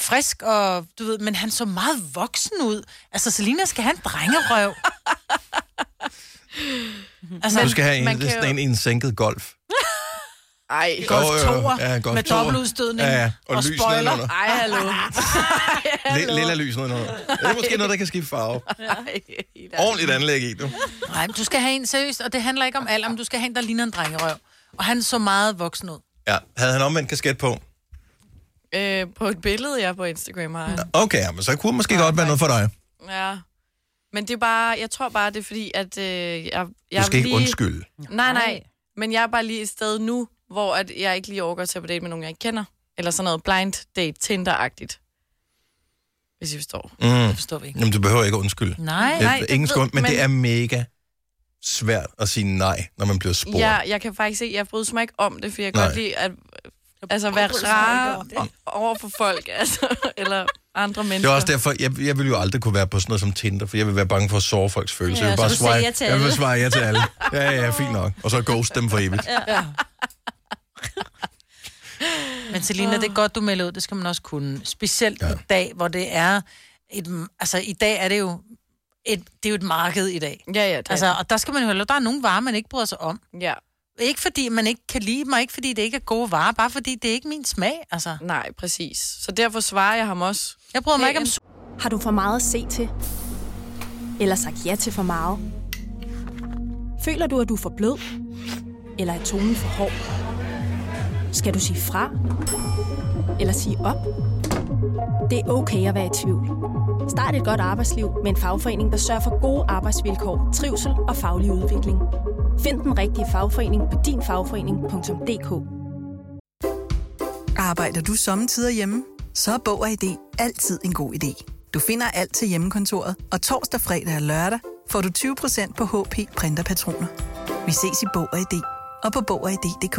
frisk, og du ved, men han så meget voksen ud. Altså, Selina skal have en drengerøv. altså, Du skal have en, man det er kan sådan en, i en sænket golf. Ej, Golf Jo, jo, jo. toer, Ja, golf med toer. dobbeltudstødning Ja, ja. og, Og og lys spoiler. nedenunder. ej, hallo. Lidt lilla lys nedenunder. Det er måske noget, der kan skifte farve. Ej, Ordentligt anlæg i, du. Nej, men du skal have en seriøst, og det handler ikke om alder, men du skal have en, der ligner en drengerøv. Og han så meget voksen ud. Ja, havde han omvendt kasket på? øh, på et billede, jeg på Instagram har. han. Okay, ja, men så kunne det måske godt være noget for dig. Ja. Men det er bare, jeg tror bare, det er fordi, at øh, jeg, jeg Du skal ikke lige... undskylde. Nej, Nej. nej. Men jeg er bare lige et sted nu, hvor at jeg ikke lige overgår til at på date med nogen, jeg ikke kender. Eller sådan noget blind date, Tinder-agtigt. Hvis I forstår. Det forstår vi ikke. Mm. Jamen, du behøver ikke at undskylde. Nej, Nej, Nej, nej, det ingen ved- skund, men, men- men det er mega svært at sige nej, når man bliver spurgt. Ja. Jeg, jeg kan faktisk se, jeg bryder mig ikke om det, for jeg kan Nej. godt lide at altså, være bryder mig rar ikke om det. over for folk, altså, eller andre Det mennesker. er også derfor, jeg, jeg vil jo aldrig kunne være på sådan noget som Tinder, for jeg vil være bange for at såre folks følelser. Ja, jeg vil så bare du siger ja til jeg vil bare alle. svare ja til alle. Ja, ja, ja, fint nok. Og så ghost dem for evigt. Men Selina, det er godt, du melder ud. Det skal man også kunne. Specielt ja. i dag, hvor det er... Et, altså, i dag er det jo... Et, det er jo et marked i dag. Ja, ja, det Altså, altså, og der skal man jo... Der er nogle varer, man ikke bryder sig om. ja. Ikke fordi man ikke kan lide dem, og ikke fordi det ikke er gode varer, bare fordi det er ikke min smag, altså. Nej, præcis. Så derfor svarer jeg ham også. Jeg bryder mig Det ikke om er- su- Har du for meget at se til? Eller sagt ja til for meget? Føler du, at du er for blød? Eller er tonen for hård? Skal du sige fra? Eller sige op? Det er okay at være i tvivl. Start et godt arbejdsliv med en fagforening, der sørger for gode arbejdsvilkår, trivsel og faglig udvikling. Find den rigtige fagforening på dinfagforening.dk. Arbejder du sommetider hjemme? Så er Bog og ID altid en god idé. Du finder alt til hjemmekontoret, og torsdag, fredag og lørdag får du 20% på HP Printerpatroner. Vi ses i Bog og ID og på Bog og ID.dk.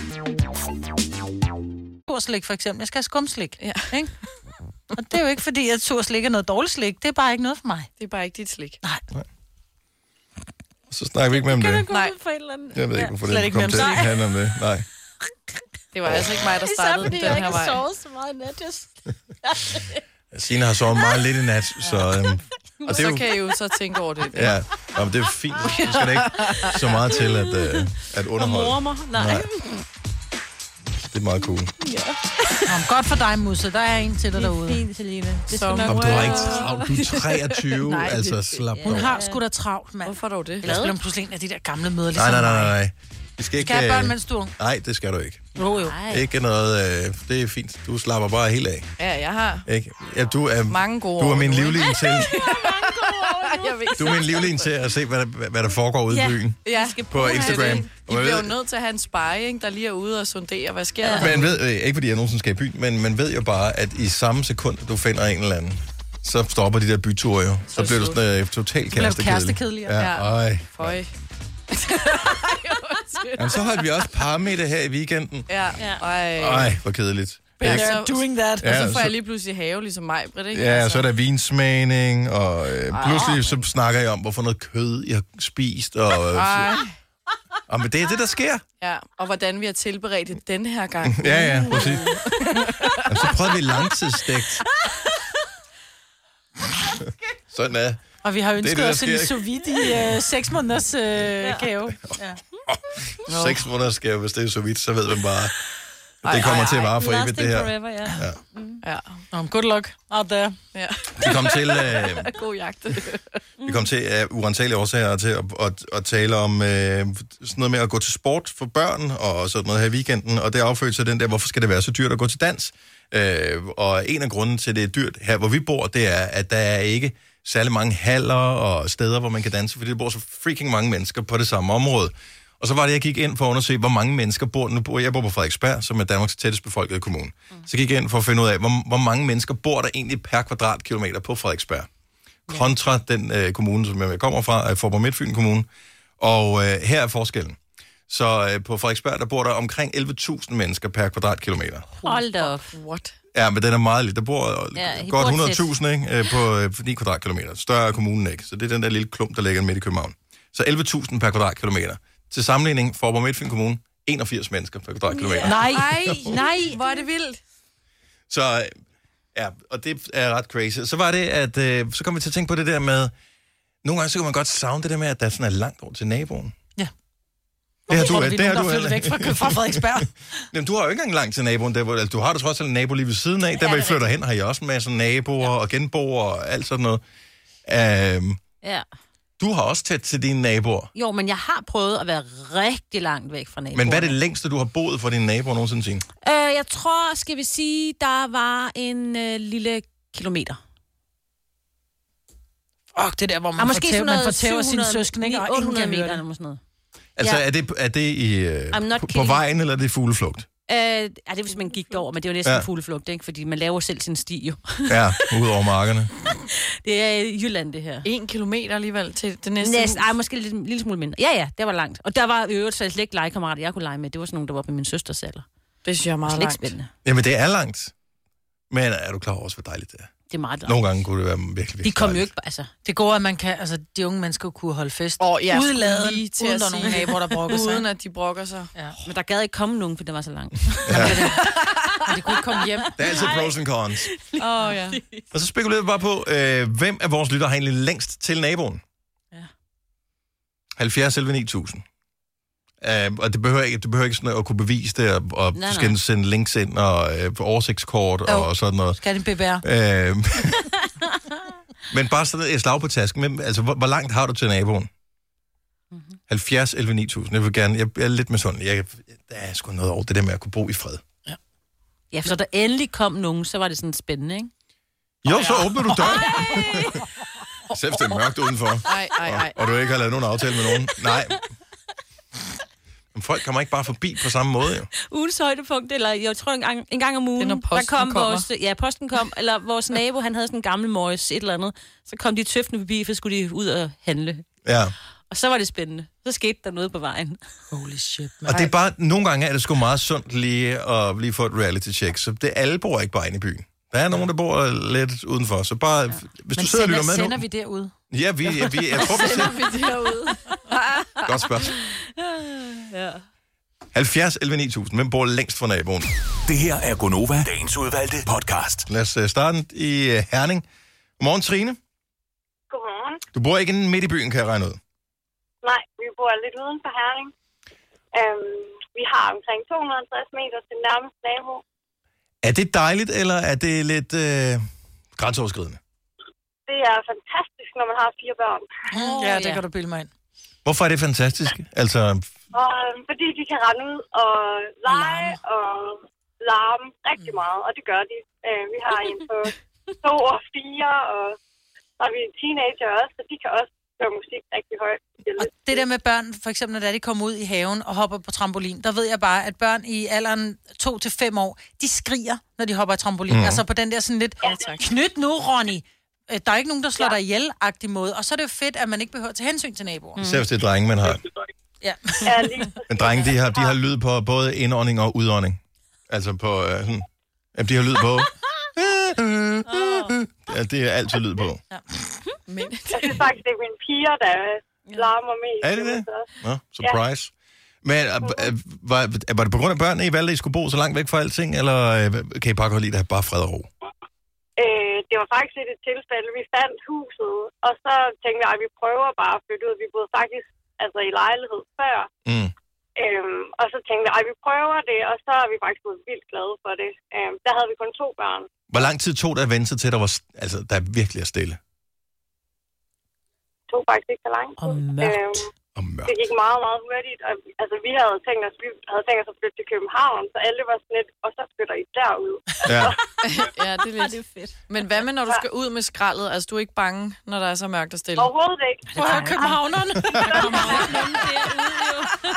surslik, for eksempel. Jeg skal have skumslik. Ja. Ikke? Og det er jo ikke fordi, at surslik er noget dårligt slik. Det er bare ikke noget for mig. Det er bare ikke dit slik. Så snakker vi ikke mere om det. Gå Nej. ud for et eller andet. Jeg ved ikke, hvorfor det slet ikke ikke kom nemt. til at Nej. handle om det. Nej. Det var altså ikke mig, der Især startede fordi den jeg ikke her har vej. sovet så meget i nat. Jeg Signe har sovet meget lidt i nat, så... Øhm, og det er Så jo, kan I jo så tænke over det. ja, Nå, men det er fint. Det skal det ikke så meget til at, øh, at morer underholde. mig. Nej. Nej. Det er meget cool. Nå, godt for dig, Musse. Der er en til dig derude. Fint, Selina. Det Som- skal nok Om du har være. ikke travlt. Du er 23, Nej, det- altså slap dog. Hun har sgu da travlt, mand. Hvorfor dog det? Ellers bliver hun pludselig en af de der gamle møder, Nej, ligesom nej, nej, mig. nej, nej. Vi skal ikke... Kan jeg have børn, øh, mens du er ung? Nej, det skal du ikke. Jo, jo. Ikke noget... Øh, det er fint. Du slapper bare helt af. Ja, jeg har. Ikke? Ja, du er, Mange gode du er år min nu, ikke? livlin til, Jeg ved. du er min livlin til at se, hvad der, hvad der foregår ude i byen. Ja. På Instagram. I Og man bliver jo ved, nødt til at have en sparring, der lige er ude og sondere, hvad sker der? man ved øh, ikke fordi jeg nogensinde skal i byen, men man ved jo bare, at i samme sekund, du finder en eller anden, så stopper de der byture jo. Så, bliver du sådan øh, totalt kærestekedelig. kærestekedelig, Ja, ja. Ej. Føj. Jamen, så holdt vi også parmiddag her i weekenden. Ja, øh, ej. Ej, hvor kedeligt. Ikke? Better doing that. Ja, Og så får så- jeg lige pludselig have, ligesom mig, Britt, ikke? Ja, altså. så er der vinsmagning, og øh, Ah. pludselig så snakker jeg om, hvorfor noget kød jeg har spist. Og, Ah. øh, Ej. og men det er det, der sker. Ja, og hvordan vi har tilberedt det den her gang. Ja, ja, præcis. Jamen, så prøvede vi langtidsstegt. Sådan er Og vi har det, ønsket der os en sker, sous vide i øh, seks måneders øh, gave. Ja. Seks måneder skæv, hvis det er så vidt, så ved man bare, at det kommer til at vare for evigt, det Lasting her. forever, ja. Ja, Nå, men good luck out there. ja. Vi kom til, øh, god jagt. vi kom til af uantagelige årsager til at, at, at tale om øh, sådan noget med at gå til sport for børn og sådan noget her i weekenden, og det affødte sig den der, hvorfor skal det være så dyrt at gå til dans? Øh, og en af grunden til, at det er dyrt her, hvor vi bor, det er, at der er ikke særlig mange haller og steder, hvor man kan danse, fordi der bor så freaking mange mennesker på det samme område. Og så var det, jeg gik ind for at undersøge, hvor mange mennesker bor... Nu bor jeg bor på Frederiksberg, som er Danmarks tættest befolkede kommune. Så gik jeg ind for at finde ud af, hvor, hvor mange mennesker bor der egentlig per kvadratkilometer på Frederiksberg kontra den øh, kommune, som jeg kommer fra, øh, Forborg Midtfyn Kommune. Og øh, her er forskellen. Så øh, på Frederiksberg, der bor der omkring 11.000 mennesker per kvadratkilometer. Hold da op. What? Ja, men den er meget lidt. Der bor øh, Ja, i godt Bortset. 100.000 ikke, øh, på, øh, på 9 kvadratkilometer. Større er kommunen ikke. Så det er den der lille klump, der ligger midt i København. Så 11.000 per kvadratkilometer. Til sammenligning, Forborg Midtfyn Kommune, 81 mennesker per kvadratkilometer. Nej. Ej, nej, hvor er det vildt. Så øh, ja, og det er ret crazy. Så var det, at øh, så kom vi til at tænke på det der med, nogle gange så kan man godt savne det der med, at der sådan er langt over til naboen. Ja. Det har du, Tror vi det har nogen, der du, flyttet heller væk ikke. fra, fra Frederiksberg. Jamen, du har jo ikke engang langt til naboen. Der, hvor, altså, du har da trods alt en nabo lige ved siden af. Der, hvor I flytter hen, har I også en masse naboer og genboer og alt sådan noget. Øhm, Ja. du har også tæt til dine naboer. Jo, men jeg har prøvet at være rigtig langt væk fra naboerne. Men hvad er det længste, du har boet fra dine naboer nogensinde? Signe? Øh, jeg tror, skal vi sige, der var en øh, lille kilometer. Åh, det der, hvor man, Ah, måske fortæver, sådan man noget fortæver sine 700, søskende, ikke? Og ingen 800 kan meter høre det. eller sådan noget. Altså, Ja. er det, er det i, øh, I'm not på, på kidding. vejen, eller er det i fugleflugt? Øh, ja, det er, hvis man gik derover, men det er jo næsten Ja. ja. fugleflugt, ikke? Fordi man laver selv sin sti jo. Ja, ud over markerne. Det er i Jylland, det her. En kilometer alligevel til det næste Næsten, hus. ej, måske lidt, en lille smule mindre. Ja, ja, det var langt. Og der var i øvrigt så slet ikke legekammerater, jeg kunne lege med. Det var sådan nogle, der var på min søsters alder. Det synes jeg er meget Slet ikke langt. spændende. Jamen, det er langt. Men er du klar over, også, hvor dejligt det er? Det er meget langt. Nogle gange kunne det være virkelig, virkelig Vi kom jo dejligt. ikke, altså, Det gode er, at man kan, altså, de unge mennesker kunne holde fest. Åh, jeg skulle Udeladen, lige til uden at der er sige nogen naboer, der brokker sig. Uden at de brokker sig. men der gad ikke komme nogen, for det var så langt. Men de kunne ikke komme hjem. Der er altid pros and cons. Åh, oh, ja. Og så spekulerede vi bare på, øh, hvem af vores lytter har egentlig længst til naboen? Ja. Ja. 70 selv 9000. Uh, og det behøver ikke, det behøver ikke sådan at kunne bevise det, og, og Nej, du skal nej. sende links ind, og øh, oversigtskort oh. Jo. og sådan noget. Skal det BBR? Øh, men bare sådan et slag på tasken. Men, altså, hvor, hvor langt har du til naboen? Mhm. Mm-hmm. 70, 11, 9000. Jeg vil gerne... Jeg, jeg er lidt med sådan... Jeg, der er sgu noget over det der med at kunne bo i fred. Ja, for så der endelig kom nogen, så var det sådan spændende, ikke? Jo, så åbner du døren. Selv hvis det er mørkt udenfor. Ej, ej, ej. Og du ikke har lavet nogen aftale med nogen. Nej. Men folk kommer ikke bare forbi på samme måde, jo. Ugens højdepunkt, eller jeg tror en gang, en gang om ugen, Det er, når posten der kom kommer. vores, ja, posten kom, eller vores nabo, han havde sådan en gammel møjs, et eller andet. Så kom de tøftende forbi, for så skulle de ud og handle. Ja. Og så var det spændende. Så skete der noget på vejen. Holy shit, man. Og det er bare, nogle gange er det sgu meget sundt lige at lige få et reality check. Så det, alle bor ikke bare inde i byen. Der er nogen, der bor lidt udenfor. Så bare, hvis du Men sidder og lytter sender, med nu... sender vi derud? Ja, vi, ja, vi, jeg tror, vi sender. Vi derude. Godt spørgsmål. 70, 11, 9000. Hvem bor længst fra naboen? Det her er Gonova, dagens udvalgte podcast. Lad os øh, starte i øh, Herning. Godmorgen, Trine. Godmorgen. Du bor ikke inde midt i byen, kan jeg regne ud. Nej, vi bor lidt uden for Herning. Øhm, vi har omkring 250 meter til nærmeste nabo. Er det dejligt, eller er det lidt øh, grænseoverskridende? Det er fantastisk, når man har fire børn. Oh, ja, det kan du bilde mig ind. Hvorfor er det fantastisk? Altså, Og, øhm, fordi de kan rende ud og lege og larme Mm. rigtig meget, og det gør de. Øh, vi har en på to og fire, og så er vi en teenager også, så de kan også høre musik rigtig højt. Og det der med børn, for eksempel når det er, de kommer ud i haven og hopper på trampolin, der ved jeg bare, at børn i alderen 2 til 5 år, de skriger, når de hopper i trampolin. Mhm. Mm. Altså på den der sådan lidt, ja, knyt nu, Ronny. Øh, Der er ikke nogen, der slår ja. dig ihjel-agtig måde. Og så er det jo fedt, at man ikke behøver at tage hensyn til naboer. Mm. især hvis det er drenge, man har. Ja. Ja, lige Men drenge, de har, de har lyd på både indånding og udånding. Altså på... Øh, sådan, jamen, de har lyd på... Ja, det er altid lyd på. Men, Jeg synes faktisk, det er mine piger, der larmer mest. Er det det? Så- Nå, surprise. Men øh, øh, var, var det på grund af børnene, I valgte, at I skulle bo så langt væk fra alting, eller øh, kan I bare godt lide, at have bare fred og ro? Øh, det var faktisk lidt et tilfælde. Vi fandt huset, og så tænkte jeg, at vi prøver bare at flytte ud. Vi boede faktisk altså, i lejlighed før. Mm. Øhm, og så tænkte jeg, at vi prøver det, og så er vi faktisk blevet vildt glade for det. Øhm, der havde vi kun to børn. Hvor lang tid tog det at vente sig til, at der, var, st- altså, der virkelig er stille To faktisk ikke så langt. Og mørkt. og mørkt? det gik meget, meget hurtigt. Og, altså, vi havde tænkt os, vi havde tænkt os at flytte til København, så alle var sådan lidt, og så flytter I derud. Ja. ja, det er lidt. fedt. Men hvad med, når du skal ud med skraldet? Altså, du er ikke bange, når der er så mørkt og stille? Overhovedet ikke. Prøv at høre københavnerne.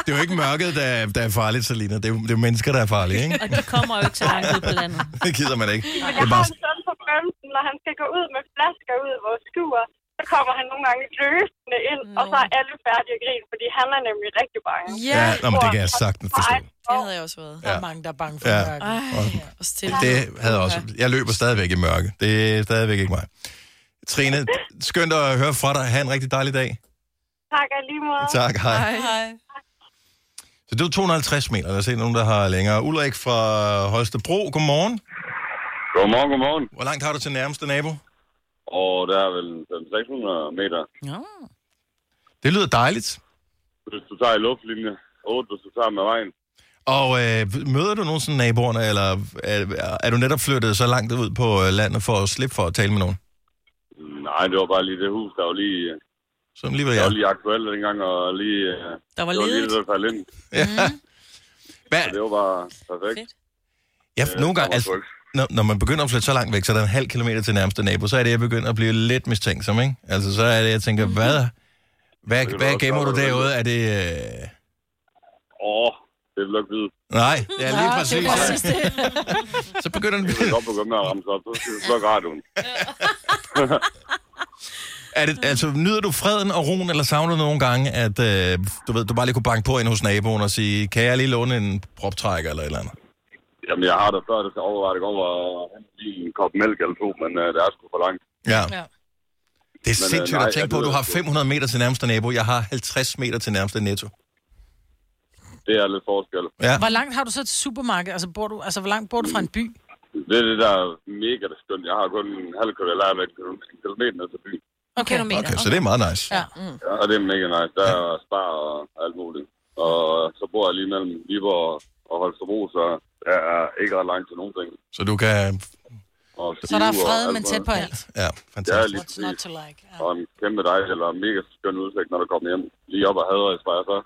Det er jo ikke mørket, der, er- der er farligt, Selina. Det er, jo, det er jo mennesker, der er farlige, ikke? Og de kommer jo ikke så langt ud på landet. Det gider man ikke. Men Det jeg er har bare, en søn på 15, når han skal gå ud med flasker ud af vores skuer, så kommer han nogle gange løsende ind, no. og så er alle færdige at grine, fordi han er nemlig rigtig bange. Ja, ja, nå, men det kan jeg sagtens Nej, forstå. det havde jeg også været. Der er mange, der er bange for Ja. ja. mørket. Ej, og stille. Det havde jeg også. Jeg løber stadigvæk i mørke. Det er stadigvæk ikke mig. Trine, skønt at høre fra dig. Ha' en rigtig dejlig dag. tak og i lige måde. Tak, hej. Hej, hej. Så det var 250 meter. Lad os se, nogen der har længere. Ulrik fra Holstebro, godmorgen. Godmorgen, godmorgen. Hvor langt har du til nærmeste nabo? Og der er vel 600 meter. Nå. Det lyder dejligt. Hvis du tager i luftlinje, 8 hvis du tager med vejen. Og øh, møder du nogensinde naboerne, eller er, er du netop flyttet så langt ud på øh, landet for at slippe for at tale med nogen? Nej, det var bare lige det hus, der var lige, øh, Som lige der ja. var lige aktuelt dengang, og lige, øh, Der var det var lige ledigt. Mhm. det, der faldt ind. ja. Hvad? Det var bare perfekt. Fedt. Ja, Øh, nogle gange, der var altså, folk. når, når man begynder at flytte så langt væk, så er der en halv kilometer til nærmeste nabo, så er det, jeg begynder at blive lidt mistænksom, ikke? Altså, så er det, jeg tænker, Mm-hmm. hvad, hvad, kan du hvad også gemmer bare du være derude? Er det... Øh... Åh, Det vil du ikke vide. Nej, ja, lige Ja, præcis. det er præcis så begynder den... Jeg kan godt begynde at ramme sig op. Så skal du slukke radioen. Er det, altså, nyder du freden og roen, eller savner du nogle gange, at øh, du, ved, du bare lige kunne banke på ind hos naboen og sige, kan jeg lige låne en proptrækker eller et eller andet? Jamen, jeg har da før, der skal overveje, at det går over og hente lige en kop mælk eller to, men øh, det er sgu for langt. Ja. Ja. Det er Men, øh, sindssygt nej, at tænke jeg på, at du nyder det. har 500 meter til nærmeste nabo. Jeg har 50 meter til nærmeste netto. Det er lidt forskel. Ja. Hvor langt har du så til supermarkedet? Altså, bor du, altså hvor langt bor du fra en by? Det er det der er mega det skønt. Jeg har kun en halv kilometer, eller en kilo- en kilometer ned til byen. Okay, okay. Okay, så det er meget nice. Ja. Mm. Ja, og det er mega nice. Der er spar og alt muligt. Og øh, så bor jeg lige mellem Viborg og Holstebro, så jeg er ikke ret langt til nogen ting. Så du kan... Og Så der er Skive og fred, alt men muligt. tæt på alt. altså. Ja, Ja, fantastisk. lige What's not præcis. to like? Ja. Og en kæmpe dej, eller en mega skøn udsigt, når du kommer hjem. Lige op og hader i så.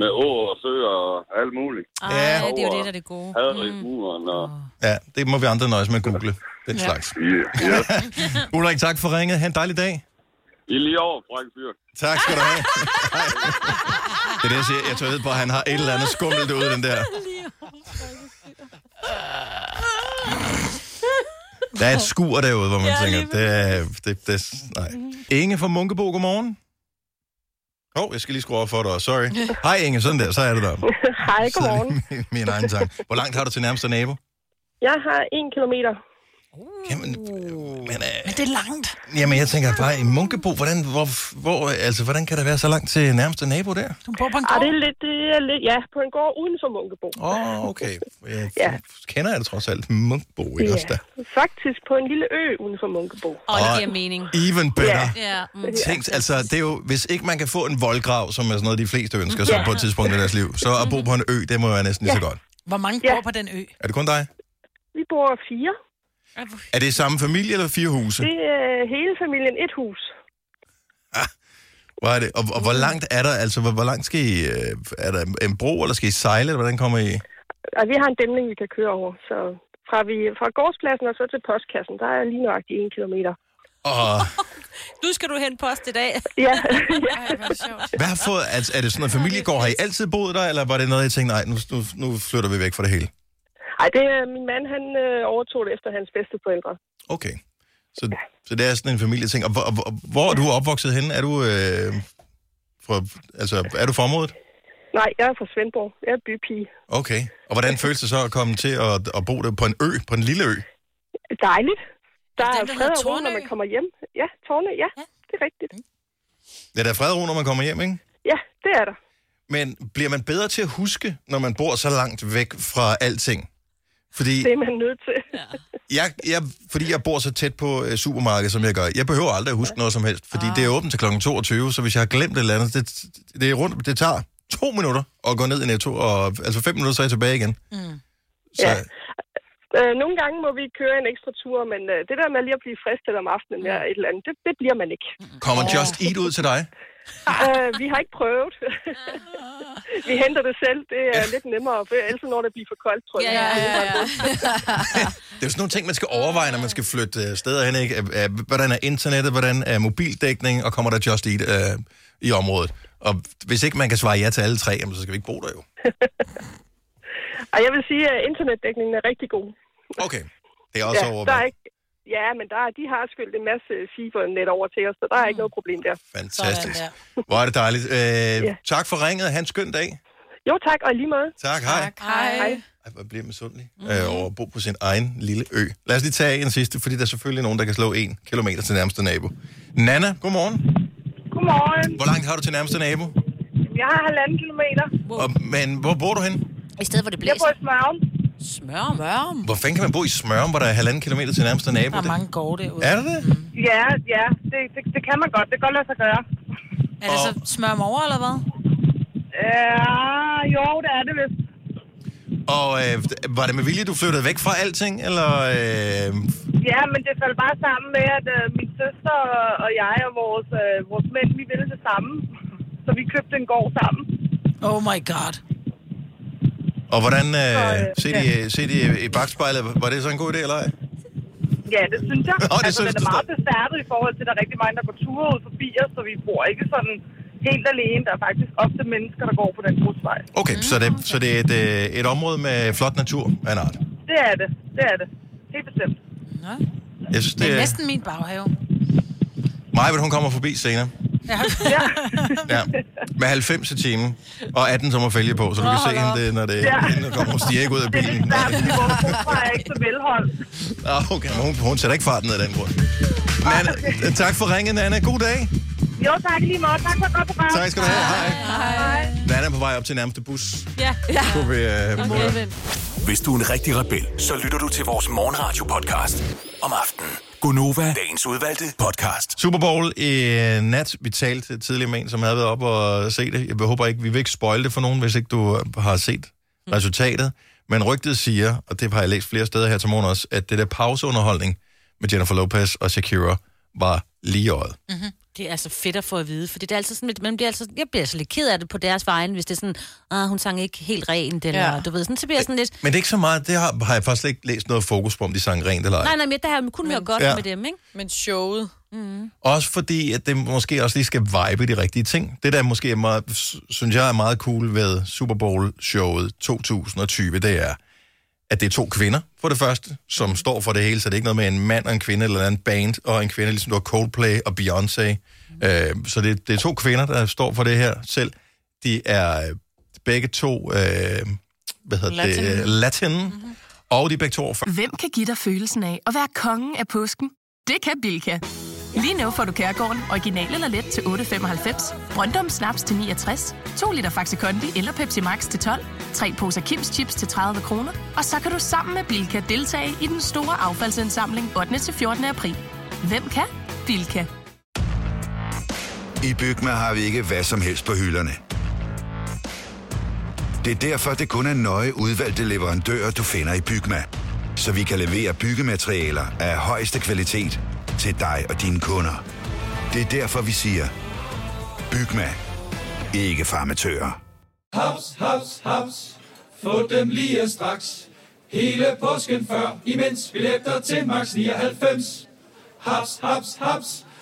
Med åer og søer og alt muligt. Ja. Ej, det er jo det, der er det gode. Mm. Hader i muren og... Ja, det må vi andre nøjes med at google. Den slags. Yeah, yeah. Ulrik, tak for ringet. Ha' en dejlig dag. I er lige over, Frank Fyr. Tak skal du have. Det er det, jeg siger. Jeg tør ved på, at han har et eller andet skummelt ude, den der. Der er et skur derude, hvor man ja, tænker, det er... Det, det, nej. Inge fra Munkebo, godmorgen. Åh, oh, jeg skal lige skrue op for dig. Sorry. Hej Inge, sådan der, så er det der. Hej, Så er det min, min egen sang. Hvor langt har du til nærmeste nabo? Jeg har en kilometer. Uh. Jamen, men, øh, Men det er langt. jamen, jeg tænker bare, i Munkebo, hvordan, hvor, hvor, altså, hvordan kan der være så langt til nærmeste nabo der? Du bor på en Ah, det gård. er lidt, det er lidt, ja, på en gård uden for Munkebo. Åh, oh, okay. Jeg Ja. kender jeg det trods alt. Munkbo, ikke også der? Faktisk på en lille ø uden for Munkebo. Og det Og- giver mening. Even better. Ja, mm. Tænk, altså, det er jo, hvis ikke man kan få en voldgrav, som er sådan noget, de fleste ønsker sig på et tidspunkt i deres liv, så at bo på en ø, det må være næsten lige så godt. Hvor mange Ja. bor på den ø? Er det kun dig? Vi bor fire. Er det samme familie eller fire huse? Det er hele familien et hus. Ah, Hvor er det? Og, og hvor langt er der? Altså, hvor, hvor langt skal I... øh, Er der en bro, eller skal I sejle, eller hvordan kommer I? Og vi har en dæmning, vi kan køre over, så fra, vi, fra gårdspladsen og så til postkassen, der er lige nøjagtigt en kilometer. Og Nu skal du hente post i dag. Ja, ja. Ej, hvor er det sjovt. hvad har fået... Altså, er det sådan noget familiegård? Har I altid boet der, eller var det noget, I tænkte, nej, nu, nu, nu flytter vi væk fra det hele? Ej, det er min mand, han øh, overtog det efter hans bedsteforældre. Okay. Så, så det er sådan en familieting. Og hvor, og hvor, hvor er du opvokset henne? Er du, øh, fra, altså, er du formodet? Nej, jeg er fra Svendborg. Jeg er bypige. Okay. Og hvordan føles det så at komme til at, at bo der på en ø, på en lille ø? Dejligt. Der Den, er der fred hedder og ro, når Tornø. man kommer hjem. Ja, Torne, ja, det er rigtigt. Ja, der er fred og ro, når man kommer hjem, ikke? Ja, det er der. Men bliver man bedre til at huske, når man bor så langt væk fra alting? Fordi Det er man nødt til. jeg, jeg, fordi jeg bor så tæt på øh, supermarkedet, som jeg gør, jeg behøver aldrig at huske noget som helst, fordi ah. det er åbent til kl. 22, så hvis jeg har glemt et eller andet, det, det, er rundt, det tager to minutter at gå ned i Netto, og altså fem minutter, så er jeg tilbage igen. Mm. Så, ja. Ja. Øh, nogle gange må vi køre en ekstra tur, men øh, det der med lige at blive fristet om aftenen med et eller andet, det, det bliver man ikke. Kommer Just Eat ud til dig? Øh, vi har ikke prøvet. vi henter det selv. Det er lidt nemmere, for ellers når det bliver for koldt, tror jeg. Ja, ja, ja, ja. Det er jo sådan nogle ting, man skal Ah. overveje, når man skal flytte øh, steder hen. Ikke? Øh, øh, Hvordan er internettet? Hvordan er mobildækning? Og kommer der Just Eat øh, i området? Og hvis ikke man kan svare ja til alle tre, jamen, så skal vi ikke bo der jo. Og jeg vil sige, at internetdækningen er rigtig god. Okay, det er også ja, der over. er ikke, ja men der er, de har skyldt en masse fibernet over til os, så der er ikke noget problem der. Fantastisk. Sådan Hvor er det dejligt. Øh, ja. Tak for ringet. Ha' en skøn dag. Jo tak, og i lige måde. Tak, hej. Tak. Hej. Ej, hvor bliver jeg misundelig mm-hmm. øh, over at bo på sin egen lille ø. Lad os lige tage en sidste, fordi der er selvfølgelig nogen, der kan slå en kilometer til nærmeste nabo. Nana, godmorgen. Godmorgen. Hvor langt har du til nærmeste nabo? Jeg har halvanden kilometer. Og, men hvor bor du hen? I stedet, hvor det Jeg bor blæser. i Smagn. Smør om. Børm. Hvor fanden kan man bo i Smørum, hvor der er halvanden kilometer til nærmeste nabo? Der er Det- mange gårde derude. Mhm. Er det det? Ja, ja, det, det, det, kan man godt. Det kan godt lade sig gøre. Er det så smør mig over, eller hvad? Ja, jo, det er det vist. Og øh, var det med vilje, du flyttede væk fra alting, eller... Øh, Ja, men det faldt bare sammen med, at øh, min søster og- og jeg og vores, øh, vores mænd, vi ville det samme. Så vi købte en gård sammen. Oh my god. og hvordan øh, set, i, set i, i bagspejlet, var det så en god idé, eller ej? Ja, det synes jeg. Nå, det altså, synes den du er meget stadig. besærtet i forhold til, at der er rigtig mange, der går ture ud forbi os, så vi bor ikke sådan helt alene. Der er faktisk ofte mennesker, der går på den grusvej. Okay, så det, så det er et, øh, et område med flot natur af en art. Det er det. Det er det. Helt bestemt. Nå. Jeg synes, Det det er er... næsten min baghave. Maja, hun kommer forbi senere. Ja. Ja. Med 90 i timen og 18 som at fælge på, så du kan Åh, se hold hende, det, når det Ja. ja. kommer. Hun stiger ikke ud af Det er lidt bilen. svært, fordi vores grusvej er ikke så velholdt. Ah, Nå, okay, men hun, hun sætter ikke farten ned af den grund. Men øh, tak for ringen, Anna. God dag. Jo, tak i lige måde. Tak for et godt program. Tak skal du have. Hej. Hej. Nana er på vej op til nærmeste bus. Ja. ja. Kunne vi, øh, okay. Hvis du er en rigtig rebel, så lytter du til vores morgenradio-podcast om aftenen. Gunova, dagens udvalgte podcast. Super Bowl i øh, nat. Vi talte tidligere med en, som havde været op og se det. Jeg håber ikke, vi vil ikke spoil det for nogen, hvis ikke du øh, har set resultatet. Men rygtet siger, og det har jeg læst flere steder her til morgen også, at det der pauseunderholdning med Jennifer Lopez og Shakira var lige i øjet. Mm-hmm. Det er altså fedt at få at vide, for det er altid sådan lidt, man bliver altså, jeg bliver altså lidt ked af det på deres vegne, hvis det er sådan, ah, hun sang ikke helt rent, eller ja. du ved, sådan, så bliver jeg sådan lidt, Men det er ikke så meget, det har, har jeg faktisk ikke læst noget fokus på, om de sang rent eller ej. nej, nej, men der har jeg kun mere godt Ja. ja. med dem, ikke? Men showet. Mm. Også fordi, at det måske også lige skal vibe de rigtige ting. Det der måske er meget, synes jeg er meget cool ved Super Bowl-showet 2020, det er, at det er to kvinder, for det første, som står for det hele, så det er ikke noget med en mand og en kvinde, eller en band og en kvinde, ligesom du har Coldplay og Beyoncé. Mm. Øh, så det, det er to kvinder, der står for det her selv. De er øh, begge to, øh, hvad hedder Latin. det, øh, latin, mm-hmm. og de er begge to over 40. Hvem kan give dig følelsen af at være kongen af påsken? Det kan Bilka! Lige nu får du Kærgården original eller let til 8.95, Brøndum Snaps til 69, 2 liter Faxi Kondi eller Pepsi Max til 12, 3 poser Kims Chips til 30 kroner, og så kan du sammen med Bilka deltage i den store affaldsindsamling 8. til 14. april. Hvem kan? Bilka. I Bygma har vi ikke hvad som helst på hylderne. Det er derfor, det kun er nøje udvalgte leverandører, du finder i Bygma. Så vi kan levere byggematerialer af højeste kvalitet til dig og dine kunder. Det er derfor, vi siger, Bygma. Ikke farmatører. Haps, haps, haps. Få dem lige straks. Hele påsken før, imens billetter til max 99. Haps, haps, haps.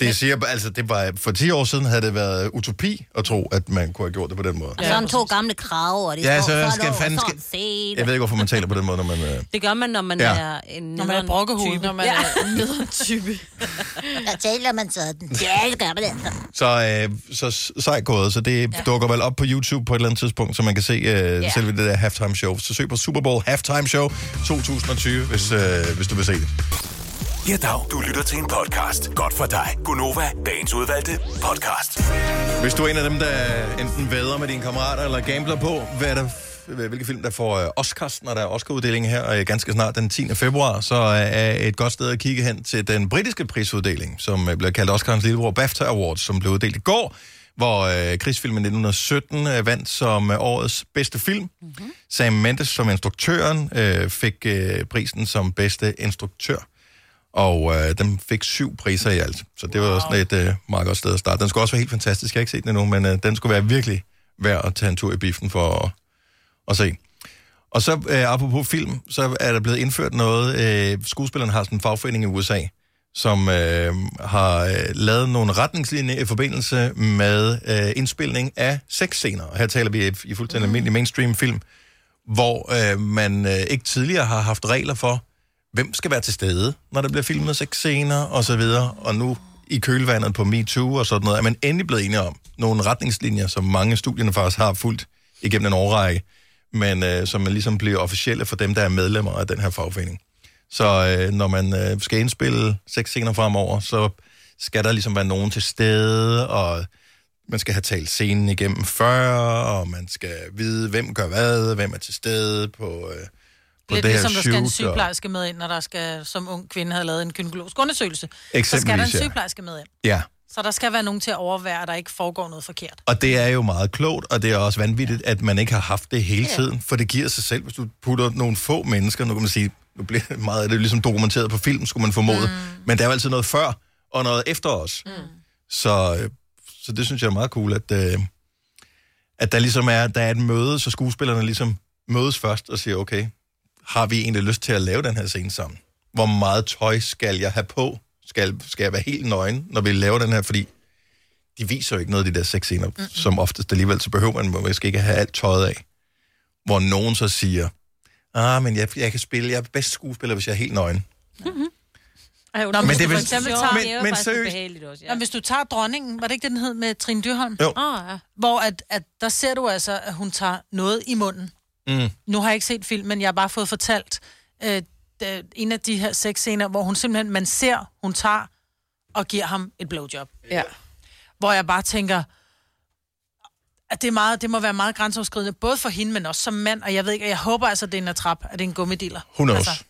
det siger, altså det var, for 10 år siden havde det været utopi at tro, at man kunne have gjort det på den måde. Og så er to gamle kraver, Altså, og det Ja, står så sådan skal over, fanden sådan set. Jeg ved ikke, hvorfor man taler på den måde, når man... Øh... Det gør man, når man Ja. ja. er en Når man er brokkehoved. Når man er nederen type. Der taler man sådan. Ja, det gør man altså. Så, øh, så s- sejt gået, så det ja. dukker vel op på YouTube på et eller andet tidspunkt, så man kan se øh, yeah. selve det der halftime show. Så søg på Super Bowl halftime show 2020, hvis, øh, hvis du vil se det. Ja, dag. Du lytter til en podcast. Godt for dig. Gunova, dagens udvalgte podcast. Hvis du er en af dem, der enten væder med dine kammerater eller gambler på, hvad der hvilke film, der får øh, Oscars, når der er Oscar-uddeling her øh, ganske snart den 10. februar, så øh, er et godt sted at kigge hen til den britiske prisuddeling, som øh, bliver kaldt Oscarens lillebror BAFTA Awards, som blev uddelt i går, hvor øh, krigsfilmen 1917 øh, vandt som øh, årets bedste film. Mm-hmm. Sam Mendes som instruktøren øh, fik øh, prisen som bedste instruktør. Og øh, den fik syv priser i alt. Så det var wow. sådan et øh, meget godt sted at starte. Den skulle også være helt fantastisk. Jeg har ikke set den endnu, men øh, den skulle være virkelig værd at tage en tur i biffen for at, at se. Og så, øh, apropos film, så er der blevet indført noget. Øh, skuespilleren har sådan en fagforening i USA, som øh, har øh, lavet nogle retningslinjer i forbindelse med øh, indspilning af sexscener. Og Her taler vi i, i fuldstændig almindelig mainstream-film, hvor øh, man øh, ikke tidligere har haft regler for, hvem skal være til stede, når der bliver filmet sexscener og så videre. Og nu i kølvandet på MeToo og sådan noget, er man endelig blevet enige om nogle retningslinjer, som mange af studierne faktisk har fulgt igennem en årrække, men øh, som man ligesom bliver officielle for dem, der er medlemmer af den her fagforening. Så øh, når man øh, skal indspille sexscener fremover, så skal der ligesom være nogen til stede, og man skal have talt scenen igennem før, og man skal vide, hvem gør hvad, hvem er til stede på, øh, på Lidt det her ligesom, der skal en shoot, og- sygeplejerske med ind, når der skal, som ung kvinde havde lavet en gynækologisk undersøgelse. Så skal der en Eksempelvis, ja. sygeplejerske med ind. Ja, Så der skal være nogen til at overvære, at der ikke foregår noget forkert. Og det er jo meget klogt, og det er også vanvittigt, at man ikke har haft det hele Ja. tiden, for det giver sig selv, hvis du putter nogle få mennesker, nu kan man sige, nu bliver meget af det ligesom dokumenteret på film, skulle man formode, mm. men der er jo altid noget før og noget efter os. Mm. Så, øh, så det synes jeg er meget cool, at, øh, at der ligesom er, der er et møde, så skuespillerne ligesom mødes først og siger, okay, har vi egentlig lyst til at lave den her scene sammen? Hvor meget tøj skal jeg have på? Skal, skal jeg være helt nøgen, når vi laver den her? Fordi de viser jo ikke noget af de der sexscener, mm-hmm. som oftest alligevel, så behøver man måske ikke have alt tøjet af. Hvor nogen så siger, ah, men jeg, jeg kan spille, jeg er bedst skuespiller, hvis jeg er helt nøgen. Ej, men det er vel- men- men seriøst- seriøst. Også, ja. Jamen, hvis du tager dronningen, var det ikke det, den hed med Trine Dyrholm? Jo. Ah, ja. Hvor at, at, der ser du altså, at hun tager noget i munden. Mm. Nu har jeg ikke set filmen, men jeg har bare fået fortalt øh, d- en af de her sexscener, hvor hun simpelthen, man ser, hun tager og giver ham et blowjob. Ja. Hvor jeg bare tænker, at det, er meget, det må være meget grænseoverskridende, både for hende, men også som mand. Og jeg ved ikke, og jeg håber altså, at det er en attrap, at det er en gummidiller. Altså. Who knows?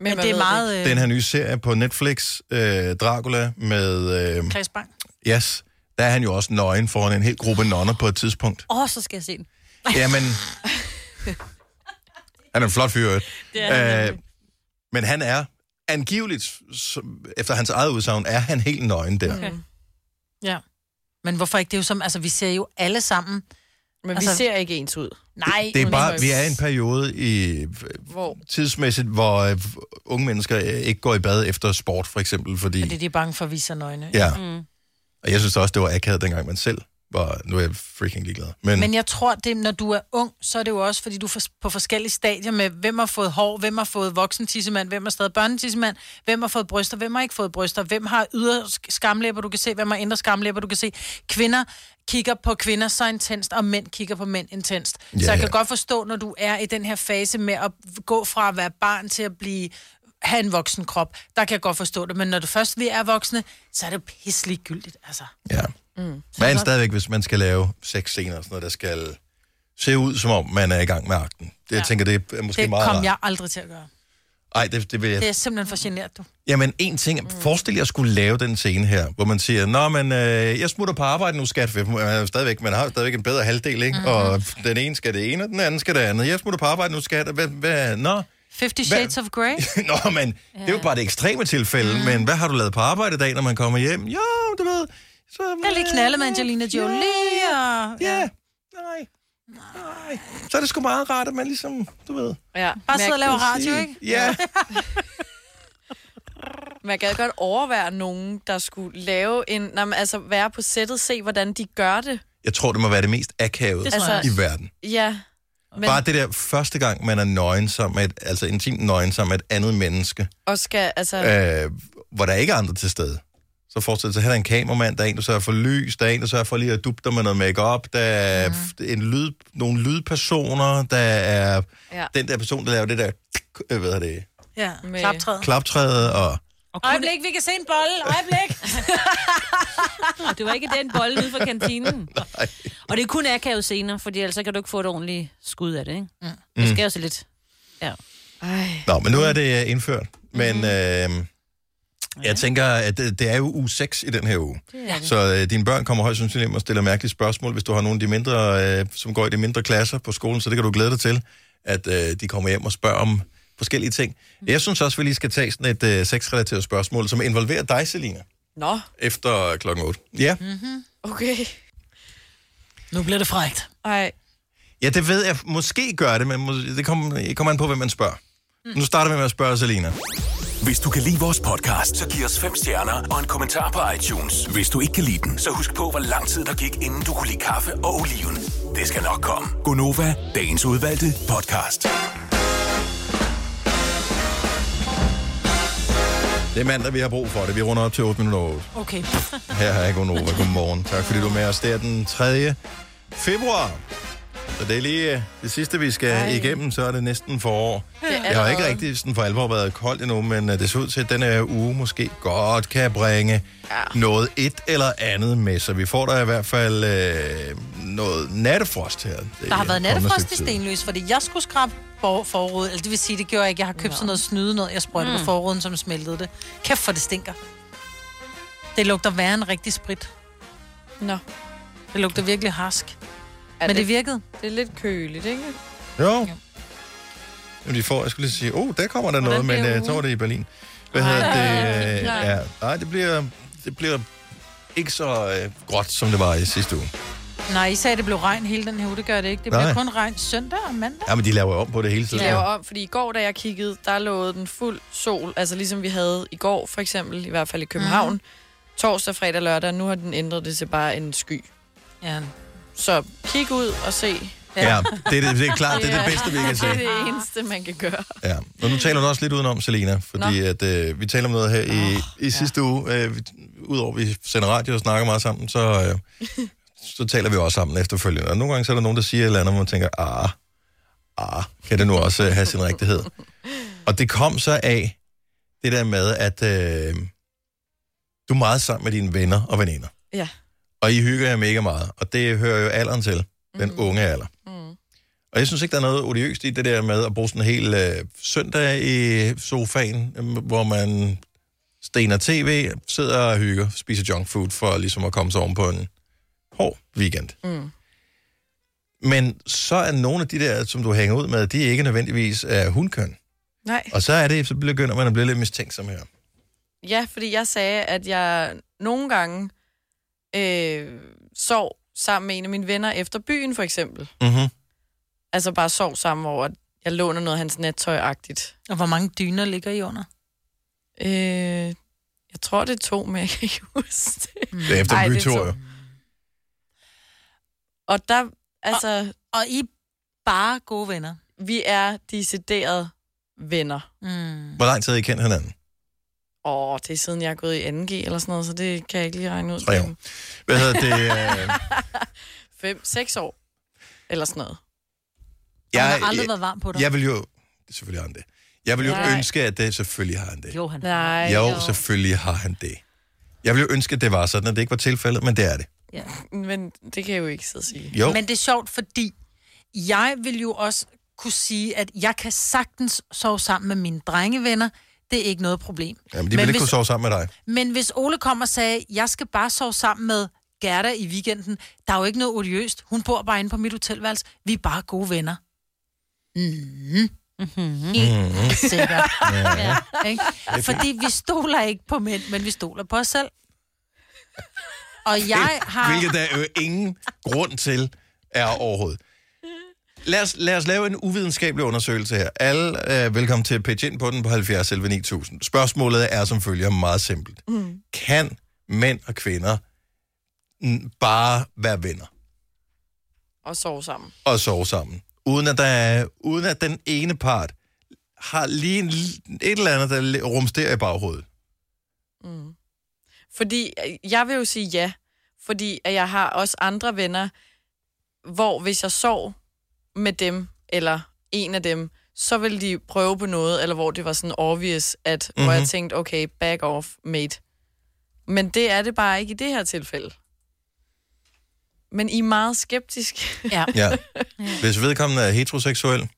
men man det ved er det meget... øh, Øh. Den her nye serie på Netflix, øh, Dracula, med... Øh, Chris Bang. yes, der er han jo også nøgen foran en hel gruppe nonner på et tidspunkt. Åh, oh, så skal jeg se den. Jamen, han er en flot fyr, i øvrigt. Det er han øh, Men han er angiveligt, som, efter hans eget udsagn, er han helt nøgen der. Mm. Okay. Ja. Men hvorfor ikke? Det er jo som, altså vi ser jo alle sammen. Men altså, vi ser ikke ens ud. Nej. Det er bare, vi er i en periode i Hvor? tidsmæssigt, hvor øh, unge mennesker øh, ikke går i bad efter sport, for eksempel, fordi... Fordi de er bange for at vise sig nøgne. Ja. Mm. Og jeg synes også, det var akavet, dengang man selv var... Nu er jeg freaking ligeglad. Men, Men... men Men jeg tror, det, er, når du er ung, så er det jo også, fordi du er fors- på forskellige stadier med, hvem har fået hår, hvem har fået voksen tissemand, hvem har stadig børnetissemand, hvem har fået bryster, hvem har ikke fået bryster, hvem har ydre sk- skamlæber, du kan se, hvem har indre skamlæber, du kan se. Kvinder kigger på kvinder så intenst, og mænd kigger på mænd intenst. Ja, Ja, så jeg kan ja. godt forstå, når du er i den her fase med at gå fra at være barn til at blive have en voksen krop, der kan jeg godt forstå det. Men når du først vi er voksne, så er det jo pisse ligegyldigt, altså. Ja. Mm. man stadigvæk, hvis man skal lave sex scener og sådan noget, der skal se ud, som om man er i gang med akten. Det, ja. Jeg tænker, det er måske Det meget... kom jeg aldrig til at gøre. Ej, det, det vil jeg Det er simpelthen for genert, du. Jamen, en ting. Mm. Forestil jer at skulle lave den scene her, hvor man siger, Nå, men øh, jeg smutter på arbejde nu, skat. for Man, er jo stadigvæk, man har jo stadigvæk en bedre halvdel, ikke? Mm. Og Mm-hmm. den ene skal det ene, og den anden skal det andet. Jeg smutter på arbejde nu, skat. og Hvad, hvad, nå. Fifty Shades of Grey? Nå, men ja. det er jo bare det ekstreme tilfælde. Mm. Men hvad har du lavet på arbejde i dag, når man kommer hjem? Jo, du ved... Så, øh, Jeg er lige knaldet med Angelina Jolie, og... Ja, nej. Nej. Så er det sgu meget rart, at man ligesom, du ved... Ja. Bare sidde og lave radio, ikke? Ja. Man gad godt overvære nogen, der skulle lave en... Nå, men altså være på sættet, se hvordan de gør det. Jeg tror, det må være det mest akavet Det tror jeg også. i verden. Ja. Men, Men... Bare det der første gang, man er nøgen sammen med et, altså intimt nøgen sammen med et andet menneske, Og skal, altså... ja. øh, hvor der ikke er andre til stede. Så forestil dig, at her er en kameramand, der er en, der sørger for lys, der er en, der sørger for lige at dubbe dig med noget makeup, der er mm. en lyd, nogle lydpersoner, der er Ja. ja. den der person, der laver det der, øh, hvad er det, Ja, med... klaptræet. klaptræet, og Øjeblik, vi kan se en bolle. Øjeblik. Og det var ikke den bolle ude fra kantinen. Nej. Og det er kun akavet senere, fordi ellers så kan du ikke få et ordentligt skud af det, ikke? Mm. Det skal jo så lidt. Ja. Ej. Nå, men nu er det øh, indført. Men mm. øh, jeg tænker, at det, det er jo uge 6 i den her uge. Det er det. Så øh, dine børn kommer højst sandsynligt hjem og stiller mærkelige spørgsmål, hvis du har nogle af de mindre, øh, som går i de mindre klasser på skolen, så det kan du glæde dig til, at øh, de kommer hjem og spørger om forskellige ting. Jeg synes også, vi lige skal tage sådan et øh, sexrelateret spørgsmål, som involverer dig, Selina, Nå, efter klokken 8. Ja. Mm. okay. Mhm. Nu bliver det frægt. Ej. ja, det ved jeg. Måske gør det, men mås- det kommer kommer an på, hvem man spørger. Mm. Nu starter vi med at spørge Selina. Hvis du kan lide vores podcast, så giv os fem stjerner og en kommentar på iTunes. Hvis du ikke kan lide den, så husk på, hvor lang tid der gik, inden du kunne lide kaffe og oliven. Det skal nok komme. Gonova, Dagens udvalgte podcast. Det er mandag, vi har brug for det. Vi runder op til 8 minutter over 8. Okay. Her er Gunova. Godmorgen. Tak fordi du er med os. Det er den 3. februar. Så det er lige øh, det sidste, vi skal Ej. igennem, så er det næsten forår. Det er Det har ikke allerede. rigtig sådan for alvor været koldt endnu, men øh, det ser ud til, at den her uge måske godt kan bringe ja. noget et eller andet med. Så vi får der i hvert fald øh, noget nattefrost her. Der har været nattefrost i sten. Stenløs, fordi jeg skulle skrabe for- forruden. Eller det vil sige, det gjorde jeg ikke. Jeg har købt sådan noget snyde noget, jeg sprøjtede mm. på Mm. forruden, som smeltede det. Kæft for det stinker. Det lugter værre end rigtig sprit. Nå. Det lugter virkelig harsk. Men det, det virkede. Det er lidt køligt, ikke? Jo. Jamen, de får, jeg skulle lige sige, oh, der kommer der noget, men jeg tror, det er i Berlin. Hvad hedder det? øh, nej. Ja, nej, det bliver, det bliver ikke så øh, gråt, som det var i sidste uge. Nej, I sagde, det blev regn hele den her uge. Det gør det ikke. Det bliver Nej. kun regn søndag og mandag. Ja, men de laver jo om på det hele De tiden. laver om, fordi i går, da jeg kiggede, der lå den fuld sol, altså ligesom vi havde i går, for eksempel, i hvert fald i København, mm. torsdag, fredag, lørdag, nu har den ændret det til bare en sky. Ja. Så kig ud og se. Ja, det er det- det er klart, det er det bedste, vi kan se. Det er det eneste, man kan gøre. Ja, og nu taler du også lidt udenom, Selina, fordi Nå. at, øh, vi taler om noget her i, i sidste uge. Øh, vi- Udover at vi sender radio og snakker meget sammen, så, øh, så taler vi også sammen efterfølgende. Og nogle gange så er der nogen, der siger et eller andet, og man tænker, ah, ah, kan det nu også øh, have sin rigtighed? og det kom så af det der med, at øh, du er meget sammen med dine venner og veninder. Ja. Og I hygger jer mega meget, og det hører jo alderen til, den Mhm. unge alder. Og jeg synes ikke, der er noget odiøst i det der med at bruge sådan en hel øh, søndag i sofaen, øhm, hvor man stener tv, sidder og hygger, spiser junk food for ligesom at komme sig oven på en hård weekend. Mm. Men så er nogle af de der, som du hænger ud med, de er ikke nødvendigvis af hundkøn. Nej. Mm. Og så er det, så begynder man at blive lidt mistænksom her. Ja, fordi jeg sagde, at jeg nogle gange øh, sov sammen med en af mine venner efter byen, for eksempel. Mm-hmm. Altså bare sov sammen, hvor jeg låner noget af hans nattøj-agtigt. Og hvor mange dyner ligger I under? Øh, jeg tror, det er to, men jeg kan ikke huske det. Mm. Det er efter Ej, en det er bytur, to. jo. Og der, altså... Og, og I bare gode venner? Vi er decideret venner. Mm. Hvor lang tid har I kendt hinanden? Åh, det er siden jeg er gået i 2G eller sådan noget, så det kan jeg ikke lige regne ud. Tre år. Hvad hedder det? Øh, 5, 6 år. Eller sådan noget. jeg, varm på jeg, jeg vil jo... Selvfølgelig har han det. Jeg vil jo Nej. ønske, at det selvfølgelig har han det. Jo, han Nej, jo, selvfølgelig har han det. Jeg ville jo ønske, at det var sådan, at det ikke var tilfældet, men det er det. Ja. Men det kan jeg jo ikke sidde og sige. Jo. Men det er sjovt, fordi jeg vil jo også kunne sige, at jeg kan sagtens sove sammen med mine drengevenner. Det er ikke noget problem. Jamen, de ville ikke hvis, kunne sove sammen med dig. men hvis Ole kom og sagde, jeg skal bare sove sammen med Gerda i weekenden, der er jo ikke noget oliøst. Hun bor bare inde på mit hotelværelse. Vi er bare gode venner. Mm. Mm-hmm. Mhm. Mm. Helt sikkert. Ja. ja. ikke? Fordi vi stoler ikke på mænd, men vi stoler på os selv. Og jeg har... Hvilket der jo ingen grund til er overhovedet. Lad os, lad os lave en uvidenskabelig undersøgelse her. Alle er velkommen til at pitche ind på den på 70 11 9000. Spørgsmålet er som følger meget simpelt. Mm. Kan mænd og kvinder mm, bare være venner Og sove sammen. og sove sammen, uden at, der er, uden at den ene part har lige en, l- et eller andet, der rumsterer i baghovedet? Mm. Fordi øh, jeg vil jo sige ja, fordi at jeg har også andre venner, hvor hvis jeg sov med dem, eller en af dem, så ville de prøve på noget, eller hvor det var sådan obvious, at mm-hmm. hvor Mhm. jeg tænkte, okay, back off, mate. Men det er det bare ikke i det her tilfælde. Men I er meget skeptisk. Ja. Ja. Hvis vedkommende er heteroseksuel, Men,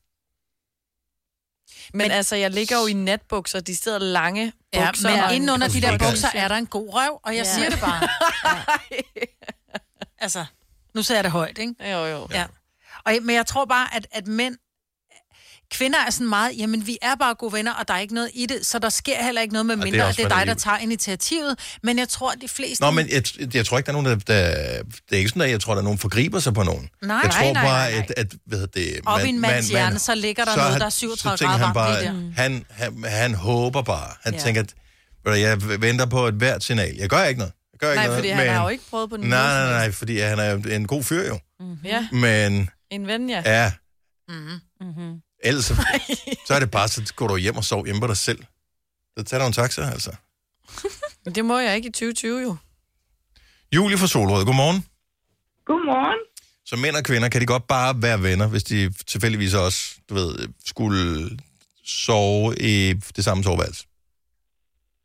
men altså, jeg ligger jo i natbukser, de steder lange Ja, bukser. men og en- inde under de der Ikke- bukser er der en god røv, og jeg Ja. ja. siger det bare. Ja. Altså, nu sagde jeg det højt, ikke? Jo, jo. Ja. Og, men jeg tror bare, at, at mænd... Kvinder er sådan meget, jamen vi er bare gode venner, og der er ikke noget i det, så der sker heller ikke noget med Og det er mindre, og også, det er hvad dig, der der tager er initiativet. Men jeg tror, at de fleste... Nå, men jeg, jeg tror ikke, der er nogen, der, der... Det er ikke sådan, at jeg tror, der er nogen, forgriber sig på nogen. Nej, jeg tror nej, nej, bare, nej, nej. At, at hvad hedder det, Op i en mands hjerne, så ligger der noget, der er 37 så tænker grader han varmt bare, lige han, han, han håber bare. Han Ja. ja. tænker, at ved du, jeg venter på et hvert signal. Jeg gør ikke noget. Jeg gør ikke Nej, noget, fordi han har jo ikke prøvet på noget Nej, som nej, nej, helst. fordi han er jo en god fyr jo. Ja, Men en ven, ja. ja, Mm-hmm. ellers så, så er det bare, så går du hjem og sover hjemme på dig selv. Så tager du en taxa, altså. Men det må jeg ikke i 2020 jo. Julie fra Solrød, godmorgen. Godmorgen. Så mænd og kvinder, kan de godt bare være venner, hvis de tilfældigvis også, du ved, skulle sove i det samme soveværelse?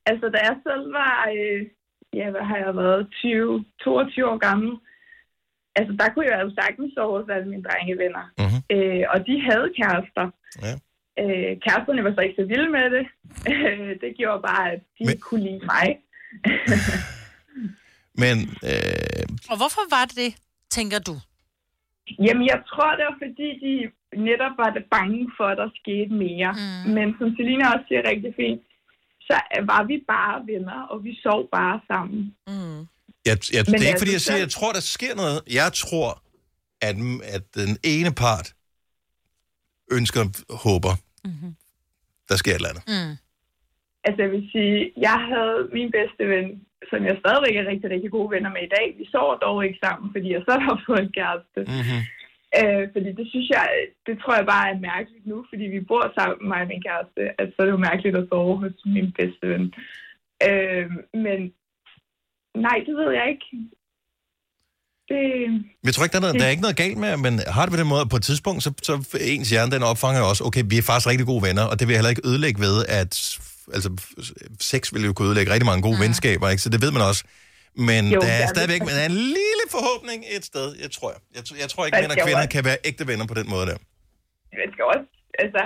Altså, da jeg selv var, øh, ja, hvad har jeg været, 20, 22 år gammel, altså, der kunne jeg jo sagtens sove hos alle mine drengevenner. Mm-hmm. Øh, og de havde kærester. Ja. Øh, kæresterne var så ikke så vilde med det. Øh, det gjorde bare, at de Men... kunne lide mig. Men øh, Og hvorfor var det det, tænker du? Jamen, jeg tror, det var fordi, de netop var det bange for, at der skete mere. Mm. Men som Selina også siger rigtig fint, så var vi bare venner, og vi sov bare sammen. Mm. Jeg, jeg, det er ikke, altså, fordi jeg siger, så- jeg tror, der sker noget. Jeg tror, at, at den ene part ønsker, håber, mm-hmm. der sker et eller andet. Mm. Altså, jeg vil sige, jeg havde min bedste ven, som jeg stadigvæk er rigtig, rigtig gode venner med i dag. Vi sover dog ikke sammen, fordi jeg så har fået en kæreste. Mm. Mm-hmm. Øh, fordi det synes jeg, det tror jeg bare er mærkeligt nu, fordi vi bor sammen, mig og min kæreste. Altså, så er det jo mærkeligt at sove hos min bedste ven. Øh, men nej, det ved jeg ikke. Det, Jeg tror ikke, der er, Mm. noget, der er ikke noget galt med, men har det på den måde, at på et tidspunkt, så, så ens hjerne, den opfanger jo også, okay, vi er faktisk rigtig gode venner, og det vil jeg heller ikke ødelægge ved, at altså, sex vil jo kunne ødelægge rigtig mange gode mm. venskaber, ikke? så det ved man også. Men jo, Jo, der det er er stadigvæk det. men der er en lille forhåbning et sted, jeg tror jeg. Jeg, tr- jeg tror ikke, Der mænd og skal jo kvinder også- kan være ægte venner på den måde der. man skal også altså,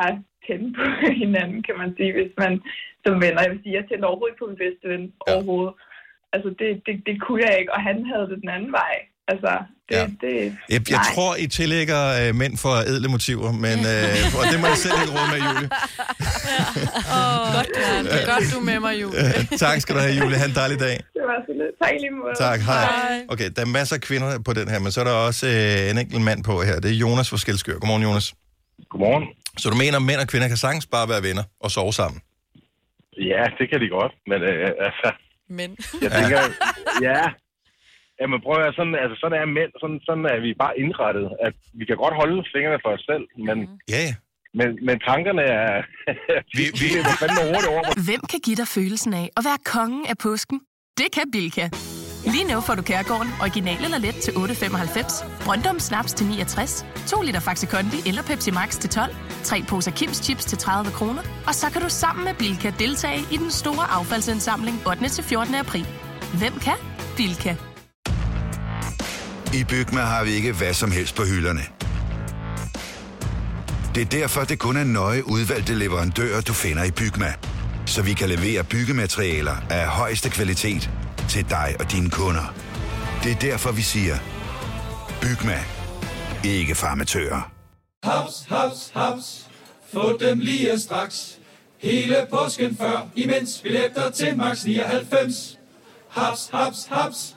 tænde på hinanden, kan man sige, hvis man som venner. Jeg vil sige, jeg tænder overhovedet ikke på min bedste ven ja. overhovedet. Altså, det, det, det kunne jeg ikke, og han havde det den anden vej. Altså, det, ja. det, Jeg, jeg nej. tror, I tillægger øh, mænd for edle motiver, men øh, og det må jeg selv ikke råde med, Julie. Oh, godt, du, ja. godt, du er med mig, Julie. Øh, tak skal du have, Julie. Ha' en dejlig dag. Det var så lidt. Tak i lige måde. Tak, hej. Okay, der er masser af kvinder på den her, men så er der også øh, en enkelt mand på her. Det er Jonas fra Skelskør. Godmorgen, Jonas. Godmorgen. Så du mener, at mænd og kvinder kan sagtens bare være venner og sove sammen? Ja, det kan de godt, men øh, altså, Men. jeg tænker, ja, jamen prøv at høre, sådan, altså, sådan er mænd, sådan, sådan er vi bare indrettet, at vi kan godt holde fingrene for os selv, men, Mm-hmm. ja. men, men tankerne er, vi, vi, vi er fandme hurtigt over. Hvem kan give dig følelsen af at være kongen af påsken? Det kan Bilka! Lige nu får du Kærgården original eller let til 8.95, Brøndum Snaps til 69, 2 liter Faxi Kondi eller Pepsi Max til 12, 3 poser Kims Chips til 30 kroner, og så kan du sammen med Bilka deltage i den store affaldsindsamling 8. til 14. april. Hvem kan? Bilka. I Bygma har vi ikke hvad som helst på hylderne. Det er derfor, det kun er nøje udvalgte leverandører, du finder i Bygma. Så vi kan levere byggematerialer af højeste kvalitet til dig og dine kunder. Det er derfor, vi siger, Bygma. Ikke farmatører. Haps, haps, haps. Få dem lige straks. Hele påsken før, imens billetter til max 99. Haps, haps, haps.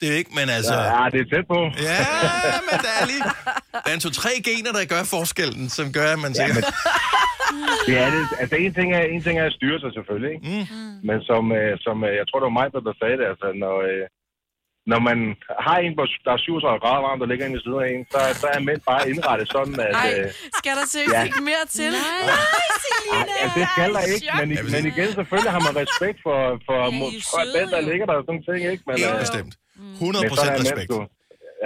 Det er ikke, men altså... Ja, det er tæt på. Ja, men der er lige... Der er en to-tre gener, der gør forskellen, som gør, at man siger... Ja, Ja, det, altså en ting er, en ting er at styre sig selvfølgelig, ikke? Mm. men som, øh, som øh, jeg tror, det var mig, der sagde det, altså når, øh, når man har en, hvor der er 37 grader varmt, der ligger inde ved siden af en, så, så er mænd bare indrettet sådan, at... Ej, øh, skal der seriøst Ja. ikke mere til? Nej, Ej, ja, det skal der ikke, men, i- men igen, selvfølgelig har man respekt for, for, Ja, I for, er for den, der ligger der og sådan ting, ikke? Men, Helt øh, bestemt. Mm. men 100 sådan er mænd, respekt. du.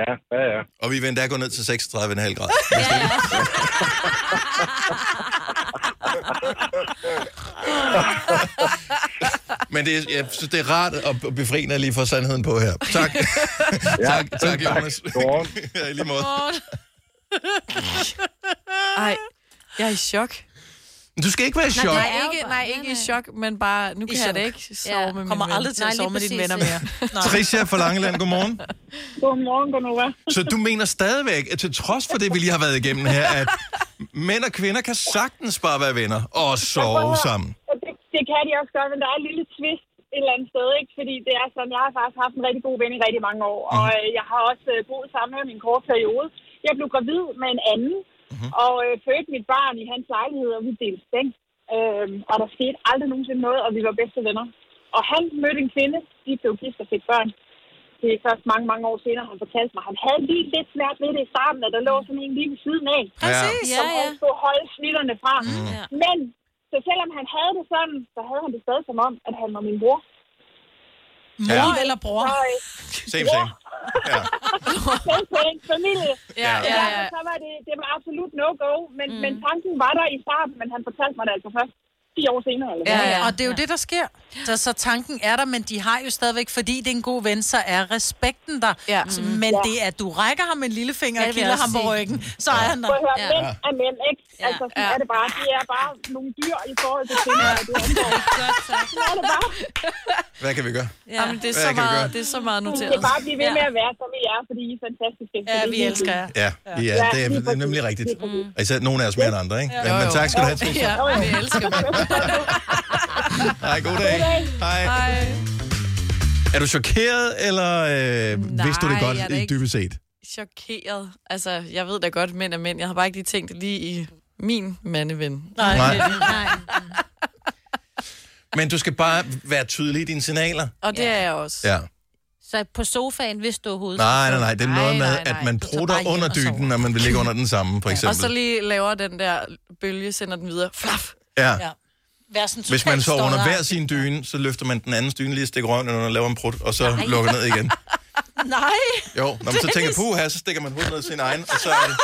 Ja, ja, ja. Og vi vil endda gå ned til 36,5 grader. Men det, er- jeg synes, det er rart at befriende lige for sandheden på her. Tak. tak, tak, Jonas. Godmorgen. ja, i lige måde. Ej, jeg er i chok. Du skal ikke være i Nej, chok. nej, ikke, nej, ikke i chok, men bare, nu kan jeg da ikke sove Ja, med mine kommer venner. aldrig til at Nej, lige sove med dine præcis, venner ikke? mere. Tricia fra Langeland, godmorgen. Godmorgen, Gunova. Så du mener stadigvæk, at til trods for det, vi lige har været igennem her, at mænd og kvinder kan sagtens bare være venner og sove sammen. Og det, det kan de også godt, men der er et lille twist et eller andet sted, ikke? Fordi det er sådan, jeg har faktisk haft en rigtig god ven i rigtig mange år, og øh, jeg har også øh, boet sammen med min korte periode. Jeg blev gravid med en anden, mm-hmm. og øh, fødte mit barn i hans lejlighed, og vi delte seng. Øh, og der skete aldrig nogensinde noget, og vi var bedste venner. Og han mødte en kvinde, de blev gift og fik børn. Det er først mange, mange år senere, han fortalte mig, han havde lige lidt svært ved det i starten, at der lå sådan en lige ved siden af. øh, Præcis. Som Ja, han ja. skulle holde snitterne fra. Mm. Ja. Men så selvom han havde det sådan, så havde han det stadig som om, at han var min bror. Mor eller bror? Så, øh, Same, same. Same thing, familie. Ja, Så ja, derfor ja. Så var det, det var absolut no-go, men, mm. men tanken var der i starten, men han fortalte mig det altså først 10 år senere. Eller Ja, ja, og det er jo det, der sker. Så, så tanken er der, men de har jo stadigvæk, fordi det er en god ven, så er respekten der. Ja. Mm. Men det er, at du rækker ham en lillefinger Ja, det og vil kilder jeg ham også på sige. ryggen, så er han der. Prøv at høre, mænd Ja. er mænd, ikke? Altså, sådan Ja. er det bare. De er bare nogle dyr i forhold til kvinder. og Det er sådan er det bare. Hvad kan vi gøre? Ja. Jamen, det er Hvad så kan vi gøre? meget, det er så meget I noteret. skal bare blive ved med at være, som I er, fordi I er fantastiske. Ja, vi elsker jer. Ja, ja, ja det, er, det er nemlig rigtigt. Mm. Altså, nogle af os mere end andre, ikke? Ja, men tak skal du have, Sisse. Ja, vi elsker Hej, god dag. Hej. Hej. Er du chokeret, eller øh, Nej, vidste du det godt jeg er da i- ikke- dybest set? Chokeret. Altså, jeg ved da godt, mænd er mænd. Jeg har bare ikke lige tænkt det lige i min mandeven. Nej. Nej. Nej. Men du skal bare være tydelig i dine signaler. Og det er jeg også. Ja. Så på sofaen, hvis du overhovedet... Nej, nej, nej. Det er noget med, at man prutter under dynen, når man vil ligge under den samme, for Og så eksempel. lige laver den der bølge, sender den videre. Flaf. Ja. Vær sådan Hvis man totalt sover under stodder. hver sin dyne, så løfter man den andens dyne lige et stik røven, under og laver en prut, og så Nej. lukker ned igen. Nej. Jo, når man så tænker, puh her, så stikker man hovedet ned i sin egen, og så er det...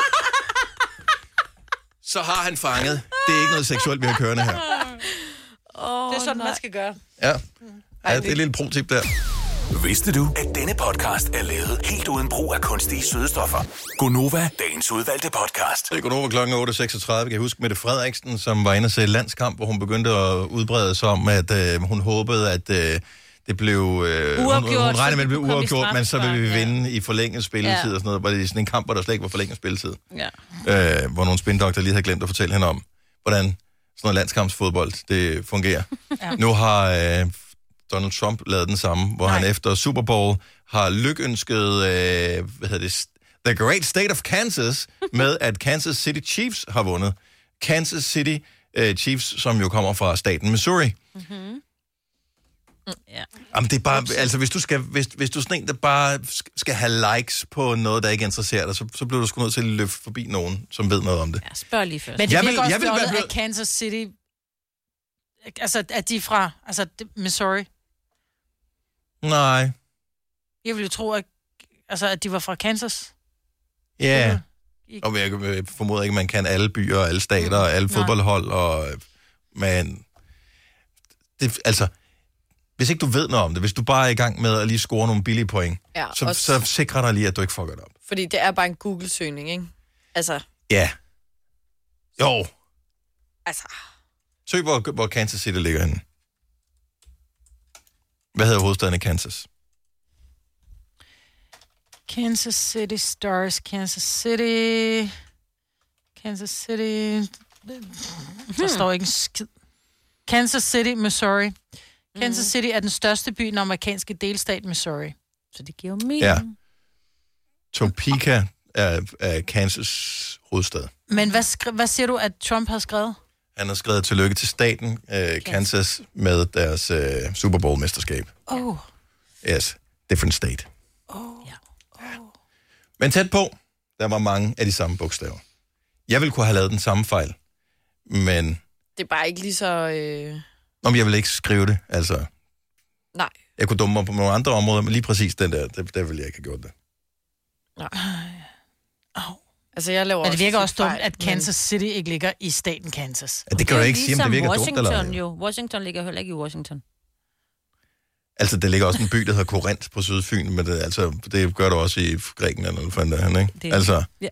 Så har han fanget. Det er ikke noget seksuelt, vi har kørende her. Oh, det er sådan, nej. man skal gøre. Ja, ja det er et lille pro-tip der. Vidste du, at denne podcast er lavet helt uden brug af kunstige sødestoffer? Gonova, dagens udvalgte podcast. Det er over klokken 8.36. Kan jeg huske Mette Frederiksen, som var inde og se landskamp, hvor hun begyndte at udbrede sig om, at øh, hun håbede, at øh, det blev... Øh, hun, hun Uafgjort, regnede med, så at det blev kunne komme i uafgjort, men så ville vi straffespark, vinde i forlænget spilletid Ja. og sådan noget. Var det sådan en kamp, hvor der slet ikke var forlænget spilletid? Ja. øh, hvor nogle spindokter lige havde glemt at fortælle hende om, hvordan sådan noget landskampsfodbold, det fungerer. Ja. ja. Nu har øh, Donald Trump lavet den samme, hvor Nej. han efter Super Bowl har lykønsket, øh, hvad hedder det, st- The Great State of Kansas, med at Kansas City Chiefs har vundet. Kansas City øh, Chiefs, som jo kommer fra staten Missouri. Mm-hmm. Ja. Jamen, det er bare, altså, hvis du, skal, hvis, hvis du er sådan en, der bare sk- skal have likes på noget, der ikke interesserer dig, så, så bliver du sgu nødt til at løbe forbi nogen, som ved noget om det. Spørg lige først. Men det Jeg virker vil- også jeg vil være fjollet, blevet- at Kansas City... Altså, at de er fra altså, det- Missouri. Nej. Jeg ville jo tro, at, altså, at de var fra Kansas. Ja. Og jeg øh, formoder ikke, man kan alle byer og alle stater og alle Nej. fodboldhold. Og, øh, men det, altså, hvis ikke du ved noget om det, hvis du bare er i gang med at lige score nogle billige point, Ja, så, også- så sikrer dig lige, at du ikke fucker det op. Fordi det er bare en Google-søgning, ikke? Altså, Ja. Jo. altså. Søg, hvor, hvor Kansas City ligger henne. Hvad hedder hovedstaden i Kansas? Kansas City Stars, Kansas City... Kansas City... Der står ikke en skid. Kansas City, Missouri. Kansas City er den største by i den amerikanske delstat Missouri. Så det giver jo mening. Ja. Topeka er, er Kansas hovedstad. Men hvad, skri- hvad siger du, at Trump har skrevet? Han har skrevet tillykke til staten, øh, Kansas, med deres øh, Super Bowl-mesterskab. Åh, oh, Yes, different state. Oh. Ja. Men tæt på, der var mange af de samme bogstaver. Jeg ville kunne have lavet den samme fejl, men Det er bare ikke lige så... Øh... om jeg ville ikke skrive det, altså... Nej. Jeg kunne dumme mig på nogle andre områder, men lige præcis den der, der, der ville jeg ikke have gjort det. Nej. Altså, jeg laver men det virker tit også dumt, fejl, at Kansas City ikke ligger i staten Kansas. Ja, det kan du ikke sige, om det Ligesom virker dumt Washington eller ej. jo. Washington ligger heller ikke i Washington. Altså, der ligger også en by, der hedder Korinth på Sydfyn, men det, altså, det gør du også i Grækenland, eller fanden der han, ikke? Det- Altså, Ja.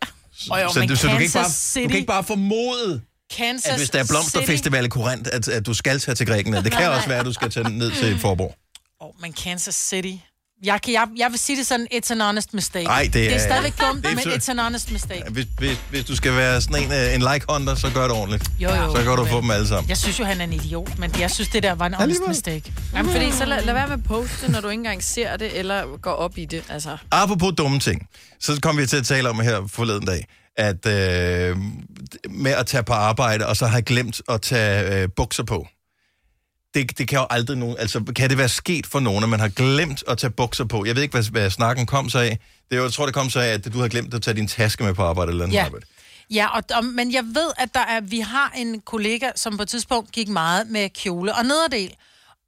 Og jo, Så men du- så du kan ikke bare- Kansas du kan City- ikke bare formode, Kansas at hvis der er City- blomsterfestival i Korinth, at, at du skal tage til Grækenland. Det kan Nej, også nej. være, at du skal tage ned til Forborg. Åh, men Kansas City. Jeg, kan, jeg, jeg vil sige det sådan, it's an honest mistake. Ej, det det er er- stadigvæk dumt, det er men it's så- an honest mistake. Hvis, hvis, hvis du skal være sådan en, øh, en like-hunter, så gør det ordentligt. Jo, jo. så kan du få dem alle sammen. Jeg synes jo, han er en idiot, men jeg synes, det der var en honest mistake. Jamen, fordi så lad, lad være med at poste, når du ikke engang ser det, eller går op i det, altså. Apropos dumme ting, så kom vi til at tale om her forleden dag, at øh, med at tage på arbejde, og så har glemt at tage øh, bukser på. Det, det kan jo aldrig nogen... Altså, kan det være sket for nogen, at man har glemt at tage bukser på? Jeg ved ikke, hvad, hvad snakken kom sig af. Det, er jo- jeg tror, det kom sig af, at du har glemt at tage din taske med på arbejde eller andet Ja. arbejde. Ja, og, og, men jeg ved, at der er, vi har en kollega, som på et tidspunkt gik meget med kjole og nederdel.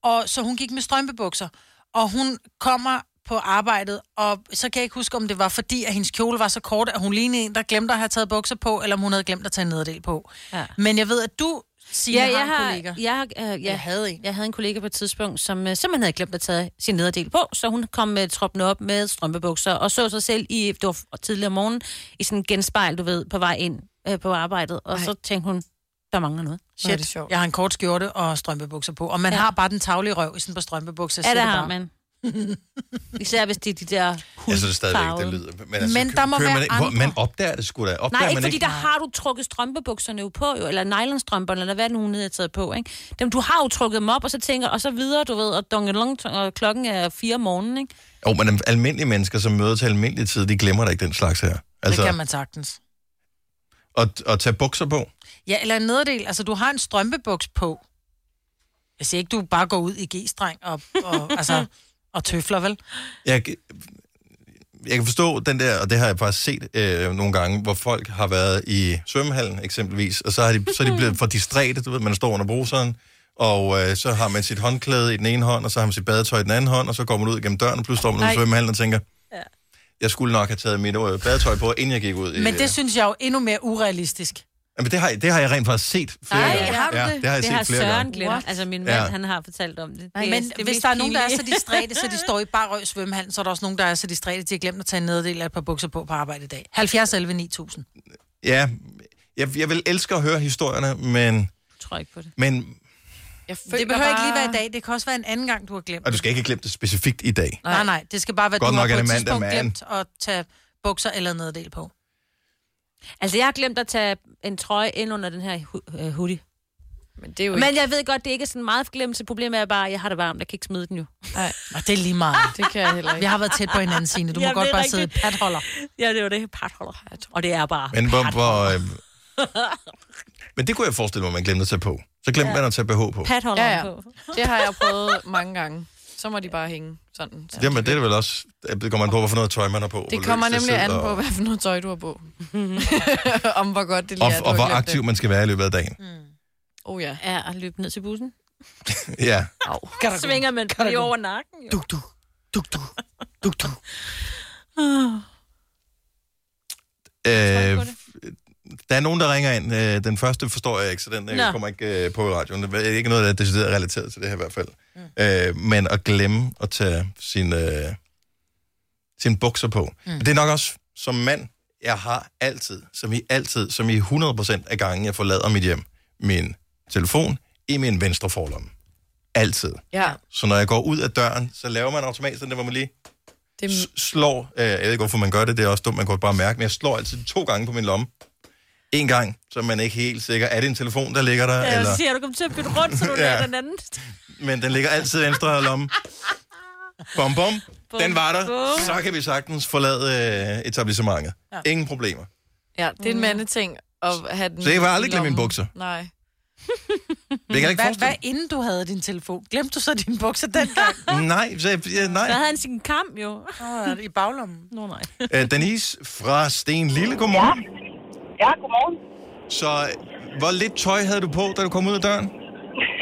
Og, så hun gik med strømpebukser. Og hun kommer på arbejdet, og så kan jeg ikke huske, om det var fordi, at hendes kjole var så kort, at hun lignede en, der glemte at have taget bukser på, eller om hun havde glemt at tage en nederdel på. Ja. Men jeg ved, at du, Signe, ja, jeg har en kollega. Jeg, har- øh, jeg, jeg, havde en. jeg havde en kollega på et tidspunkt, som øh, simpelthen havde glemt at tage sin nederdel på, så hun kom med troppen op med strømpebukser og så sig selv i, det var tidligere om morgenen, i sådan en genspejl, du ved, på vej ind øh, på arbejdet, og Ej. så tænkte hun, der mangler noget. Shit, det sjovt. jeg har en kort skjorte og strømpebukser på. Og man ja. har bare den taglige røv i sådan på strømpebukser. Ja, siger du det har bare. man. Især hvis det er de der Jeg synes stadigvæk, det hudfarvede. lyder... Men, altså, Men kø- der må kører man, være ikke- hvor- andre. man opdager det sgu da. Opdager Nej, ikke man fordi der har du trukket strømpebukserne jo på, jo, eller nylonstrømperne, eller hvad det nu hun havde taget på, ikke? Dem, du har jo trukket dem op, og så tænker, og så videre, du ved, og, dungelung, og klokken er fire om morgenen, ikke? Jo, men almindelige mennesker, som møder til almindelig tid, de glemmer da ikke den slags her. Altså... Det kan man sagtens. Og, og tage bukser på. Ja, eller en nederdel. Altså, du har en strømpebuks på. Jeg siger ikke, du bare går ud i G-streng og, og, altså, og tøfler, vel? Jeg, jeg kan forstå den der, og det har jeg faktisk set øh, nogle gange, hvor folk har været i svømmehallen eksempelvis, og så er de, så er de blevet for distræte, du ved, man står under bruseren, og øh, så har man sit håndklæde i den ene hånd, og så har man sit badetøj i den anden hånd, og så går man ud gennem døren, og pludselig står man Nej. i svømmehallen og tænker, jeg skulle nok have taget mit øh, badetøj på, inden jeg gik ud. i, Men øh, det synes jeg er jo endnu mere urealistisk. Jamen, det har, jeg- det har jeg rent faktisk set flere Ej, gange. har du ja, det? det har jeg det set har flere Søren gange. glemt. Altså, min mand, Ja. ja. han har fortalt om det. Nej, altså, det men det hvis mest der er nogen, der er så pinlige. distræte, så de står i bare røg svømmehallen, så er der også nogen, der er så distræte, de har glemt at tage en neddel af et par bukser på på arbejde i dag. 70 11 9000. Ja, jeg, jeg vil elske at høre historierne, men, Tror ikke på det. men Jeg det behøver bare... ikke lige være i dag. Det kan også være en anden gang, du har glemt. og du skal ikke glemme det specifikt i dag. Nej, nej, nej det skal bare være, Godt du nok har er på det et mandag, tidspunkt mand. glemt at tage bukser eller en neddel på. Altså, jeg har glemt at tage en trøje ind under den her hu- øh, hoodie. Men det er jo Men ikke... jeg ved godt, det ikke er sådan meget glemmelse. Problemet er bare, at jeg har det varmt. Jeg kan ikke smide den jo. Nej, og det er lige meget. Ah. Det kan jeg heller ikke. Vi har været tæt på hinanden, Signe. Du må Ja, godt det er bare rigtigt. sidde i patholder. Ja, det var det. Patholder. Og det er bare... Men, hvor, hvor, øh, men det kunne jeg forestille mig, at man glemte at tage på. Så glemte Ja. ja. man at tage BH på. Patholderen ja, ja. Det har jeg prøvet mange gange. Så må de bare hænge sådan. Så. Jamen, det er det vel også... Det kommer an på, hvorfor noget tøj man har på. hvor Det kommer løst nemlig an sidder, på, hvad for noget tøj du har på. Om hvor godt det lige Og, er, du og, har og hvor glemt aktiv det. man skal være i løbet af dagen. Oh ja. Ja, og løbe ned til bussen. Mm. Ja. Så svinger man lige over nakken. Jo. Duk, duk. Ah. Øh, der er nogen, der ringer ind. Øh, den første forstår jeg ikke, så den øh, Nå. kommer ikke øh, på radioen. Det er ikke noget, der er decideret relateret til det her i hvert fald. Mm. Øh, men at glemme at tage sin, øh, sin bukser på. Mm. Men det er nok også som mand, jeg har altid, som i altid, som i 100% af gangen, jeg forlader mit hjem, min telefon i min venstre forlomme. Altid. Ja, Så når jeg går ud af døren, så laver man automatisk sådan, det, hvor man lige det er slår, øh, jeg ved ikke, hvorfor man gør det, det er også dumt, man kan jo bare mærke, men jeg slår altid to gange på min lomme. En gang, så er man ikke helt sikker, er det en telefon, der ligger der, Ja, eller... så siger jeg, du kom til at bytte rundt, så du Ja. lader den anden. men den ligger altid i venstre lomme. Bom, bom, Bum, den var der, bum. så kan vi sagtens forlade øh, etablissementet. Ja. Ingen problemer. ja, det er en mandeting at have den Så jeg vil i aldrig glemme mine lommen. bukser. Nej. Det kan jeg ikke hvad, forestille hvad inden du havde din telefon? Glemte du så dine bukser dengang? mig. Nej, så, jeg- Der ja, havde Mm, nej. han sin kamp jo. Oh, I baglommen. Mm. Nå nej. Øh, Denise fra Sten Lille, godmorgen. Ja, godmorgen. Så øh, hvor lidt tøj havde du på, da du kom ud af døren?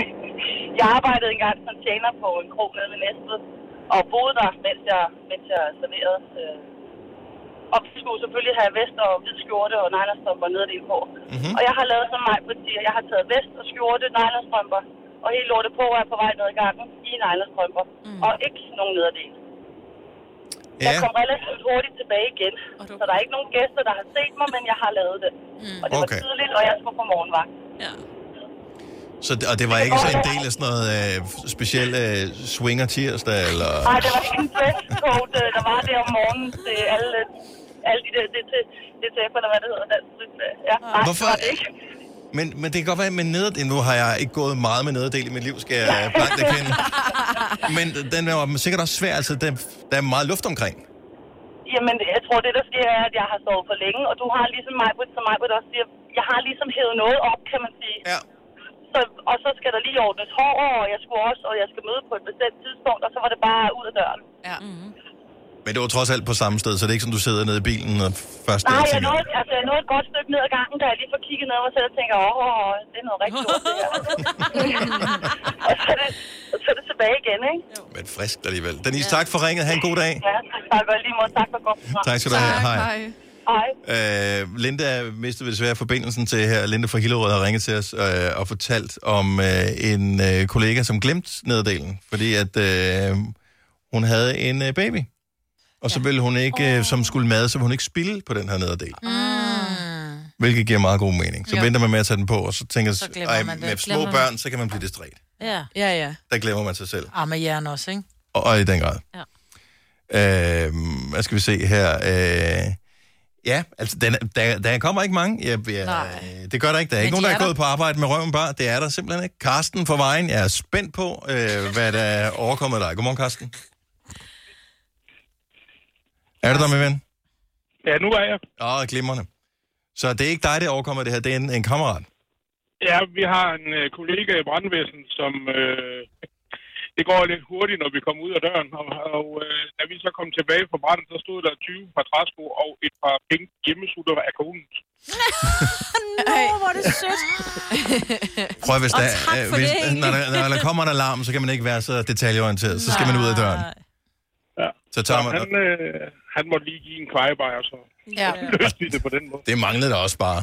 Jeg arbejdede engang som tjener på en krog nede ved Næstved, og boede der, mens jeg, mens jeg serverede. Øh, og skulle selvfølgelig have vest og hvid skjorte og nylonstrømper nederdel på. Mm-hmm. Og jeg har lavet som mig på siger, jeg har taget vest og skjorte, nylonstrømper, og hele lortet på, og er på vej ned ad gangen i nylonstrømper, mm. og ikke nogen nederdel. Ja. Jeg Ja. kom relativt hurtigt tilbage igen, så der er ikke nogen gæster, der har set mig, men jeg har lavet det. Mm. Og det var Okay. tidligt, og jeg skulle på morgenvagt. Ja. Så, det- og det var ikke så en del af sådan noget øh, speciel øh, swinger tirsdag, eller... Nej, det var ikke en dresscode, øh, der var der om morgenen til alle, øh, alle de der DTF'er, eller hvad det hedder. Dansk, øh, ja, nej, Hvorfor- det var det ikke. Men, men det kan godt være, med nederdel... Nu har jeg ikke gået meget med nederdel i mit liv, skal jeg blankt erkende. Men den var sikkert også svær, altså den, der er meget luft omkring. Jamen, jeg tror, det der sker er, at jeg har sovet for længe, og du har ligesom mig, som mig også siger, jeg har ligesom hævet noget op, kan man sige. Ja. Så, og så skal der lige ordnes hår, og jeg skulle også, og jeg skal møde på et bestemt tidspunkt, og så var det bare ud af døren. Ja. Mm-hmm. Men det var trods alt på samme sted, så det er ikke sådan, du sidder nede i bilen og først Nej, der jeg tænker, nåede, altså, jeg nåede et godt stykke ned ad gangen, da jeg lige får kigget ned og selv og tænker, åh, oh, oh, det er noget rigtig stort, det her. og så er det, så er det tilbage igen, ikke? men frisk alligevel. Denise, tak for ringet. Ha' en god dag. Ja, tak og i lige måde. Tak for godt. program. Tak skal du have. Hej. Hej. Hej. Øh, Linda mistede desværre forbindelsen til her. Linda fra Hillerød har ringet til os øh, og fortalt om øh, en øh, kollega, som glemte neddelen, fordi at øh, hun havde en øh, baby. Og så ville hun ikke, øh, som skulle mad, så ville hun ikke spille på den her nederdel. Mm. Ah. Hvilket giver meget god mening. Så Jo. jo. venter man med at tage den på, og så tænker Så så glemmer ej, man det. med små Glemmer man. børn, så kan man blive distræt. Ja. Ja, ja. Der glemmer man sig selv. Ah, med jern også, ikke? Og, og i den grad. Ja. Øh, hvad skal vi se her? Øh, ja, altså, den, er- der, der kommer ikke mange. Jeg, jeg, det gør der ikke. Der er Men ikke nogen, de der er, er der. gået på arbejde med røven bare. Det er der simpelthen ikke. Karsten fra Vejen, jeg er spændt på, øh, hvad der er overkommet dig. Godmorgen, Karsten. Er du der, min ven? Ja, nu er jeg. Åh, glimrende. Så det er ikke dig, der overkommer det her. Det er en, en kammerat. Ja, vi har en øh, kollega i brandvæsenet, som... Øh, det går lidt hurtigt, når vi kommer ud af døren. Og, og øh, da vi så kom tilbage fra branden, så stod der 20 par træsko og et par pink hjemmesutter af konens. Nå, hvor er det sødt. Prøv at, hvis Og der, tak øh, for hvis, det, ikke? når, der, når der kommer en alarm, så kan man ikke være så detaljeorienteret. Så skal man ud af døren. Ja. Så tager man... han, øh, han måtte lige give en kvejebajer, så Ja. løste de det på den måde. Det manglede der også bare.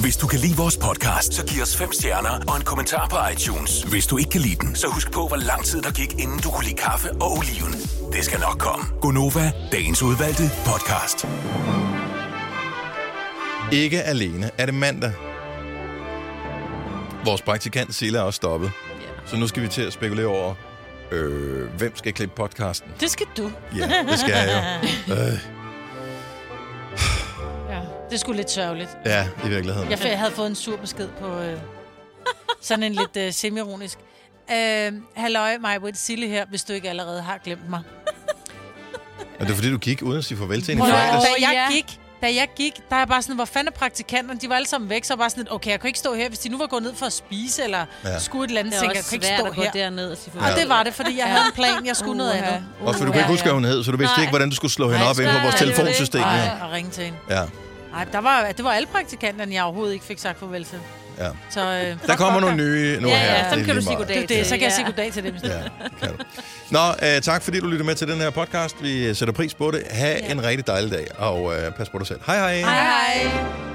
Hvis du kan lide vores podcast, så giv os fem stjerner og en kommentar på iTunes. Hvis du ikke kan lide den, så husk på, hvor lang tid der gik, inden du kunne lide kaffe og oliven. Det skal nok komme. Gonova, dagens udvalgte podcast. Ikke alene er det mandag. Vores praktikant Silla er også stoppet. Så nu skal vi til at spekulere over, øh, hvem skal klippe podcasten? Det skal du. Ja, det skal jeg jo. Øh, ja. Det skulle lidt sørgeligt. ja, i virkeligheden. Jeg, jeg havde fået en sur besked på øh, sådan en lidt øh, semironisk. Øh, halløj, mig, Britt Sille her, hvis du ikke allerede har glemt mig. Men det er fordi, du gik uden at sige farvel til hende i Prøv at høre, fredags. da jeg gik, da jeg gik, der er bare sådan, hvor fanden er praktikanterne? De var alle sammen væk, så jeg var sådan lidt, okay, jeg kunne ikke stå her, hvis de nu var gået ned for at spise, eller Ja. ja. skulle et eller andet, Det er så tænkte jeg, jeg også kunne svært ikke stå at gå her. derned og sige og farvel. det var det, fordi jeg havde en plan, jeg skulle noget Uha. andet. Også fordi du kunne ikke huske, hvad hun hed, så du vidste Nej. ikke, hvordan du skulle slå hende Nej, op ind på vores det er det. telefonsystem. Nej, og ringe til hende. Ja, Nej, der var, det var alle praktikanterne, jeg overhovedet ikke fik sagt farvel til. ja. Så, øh, Der kommer nogle nye nu ja, her. Ja, Det er lige meget. Det er det, så kan jeg sige goddag til dem. Ja. Nå, øh, tak fordi du lytter med til den her podcast. Vi øh, sætter pris på det. Ha' en rigtig dejlig dag, og øh, pas på dig selv. Hej hej. Hej, hej.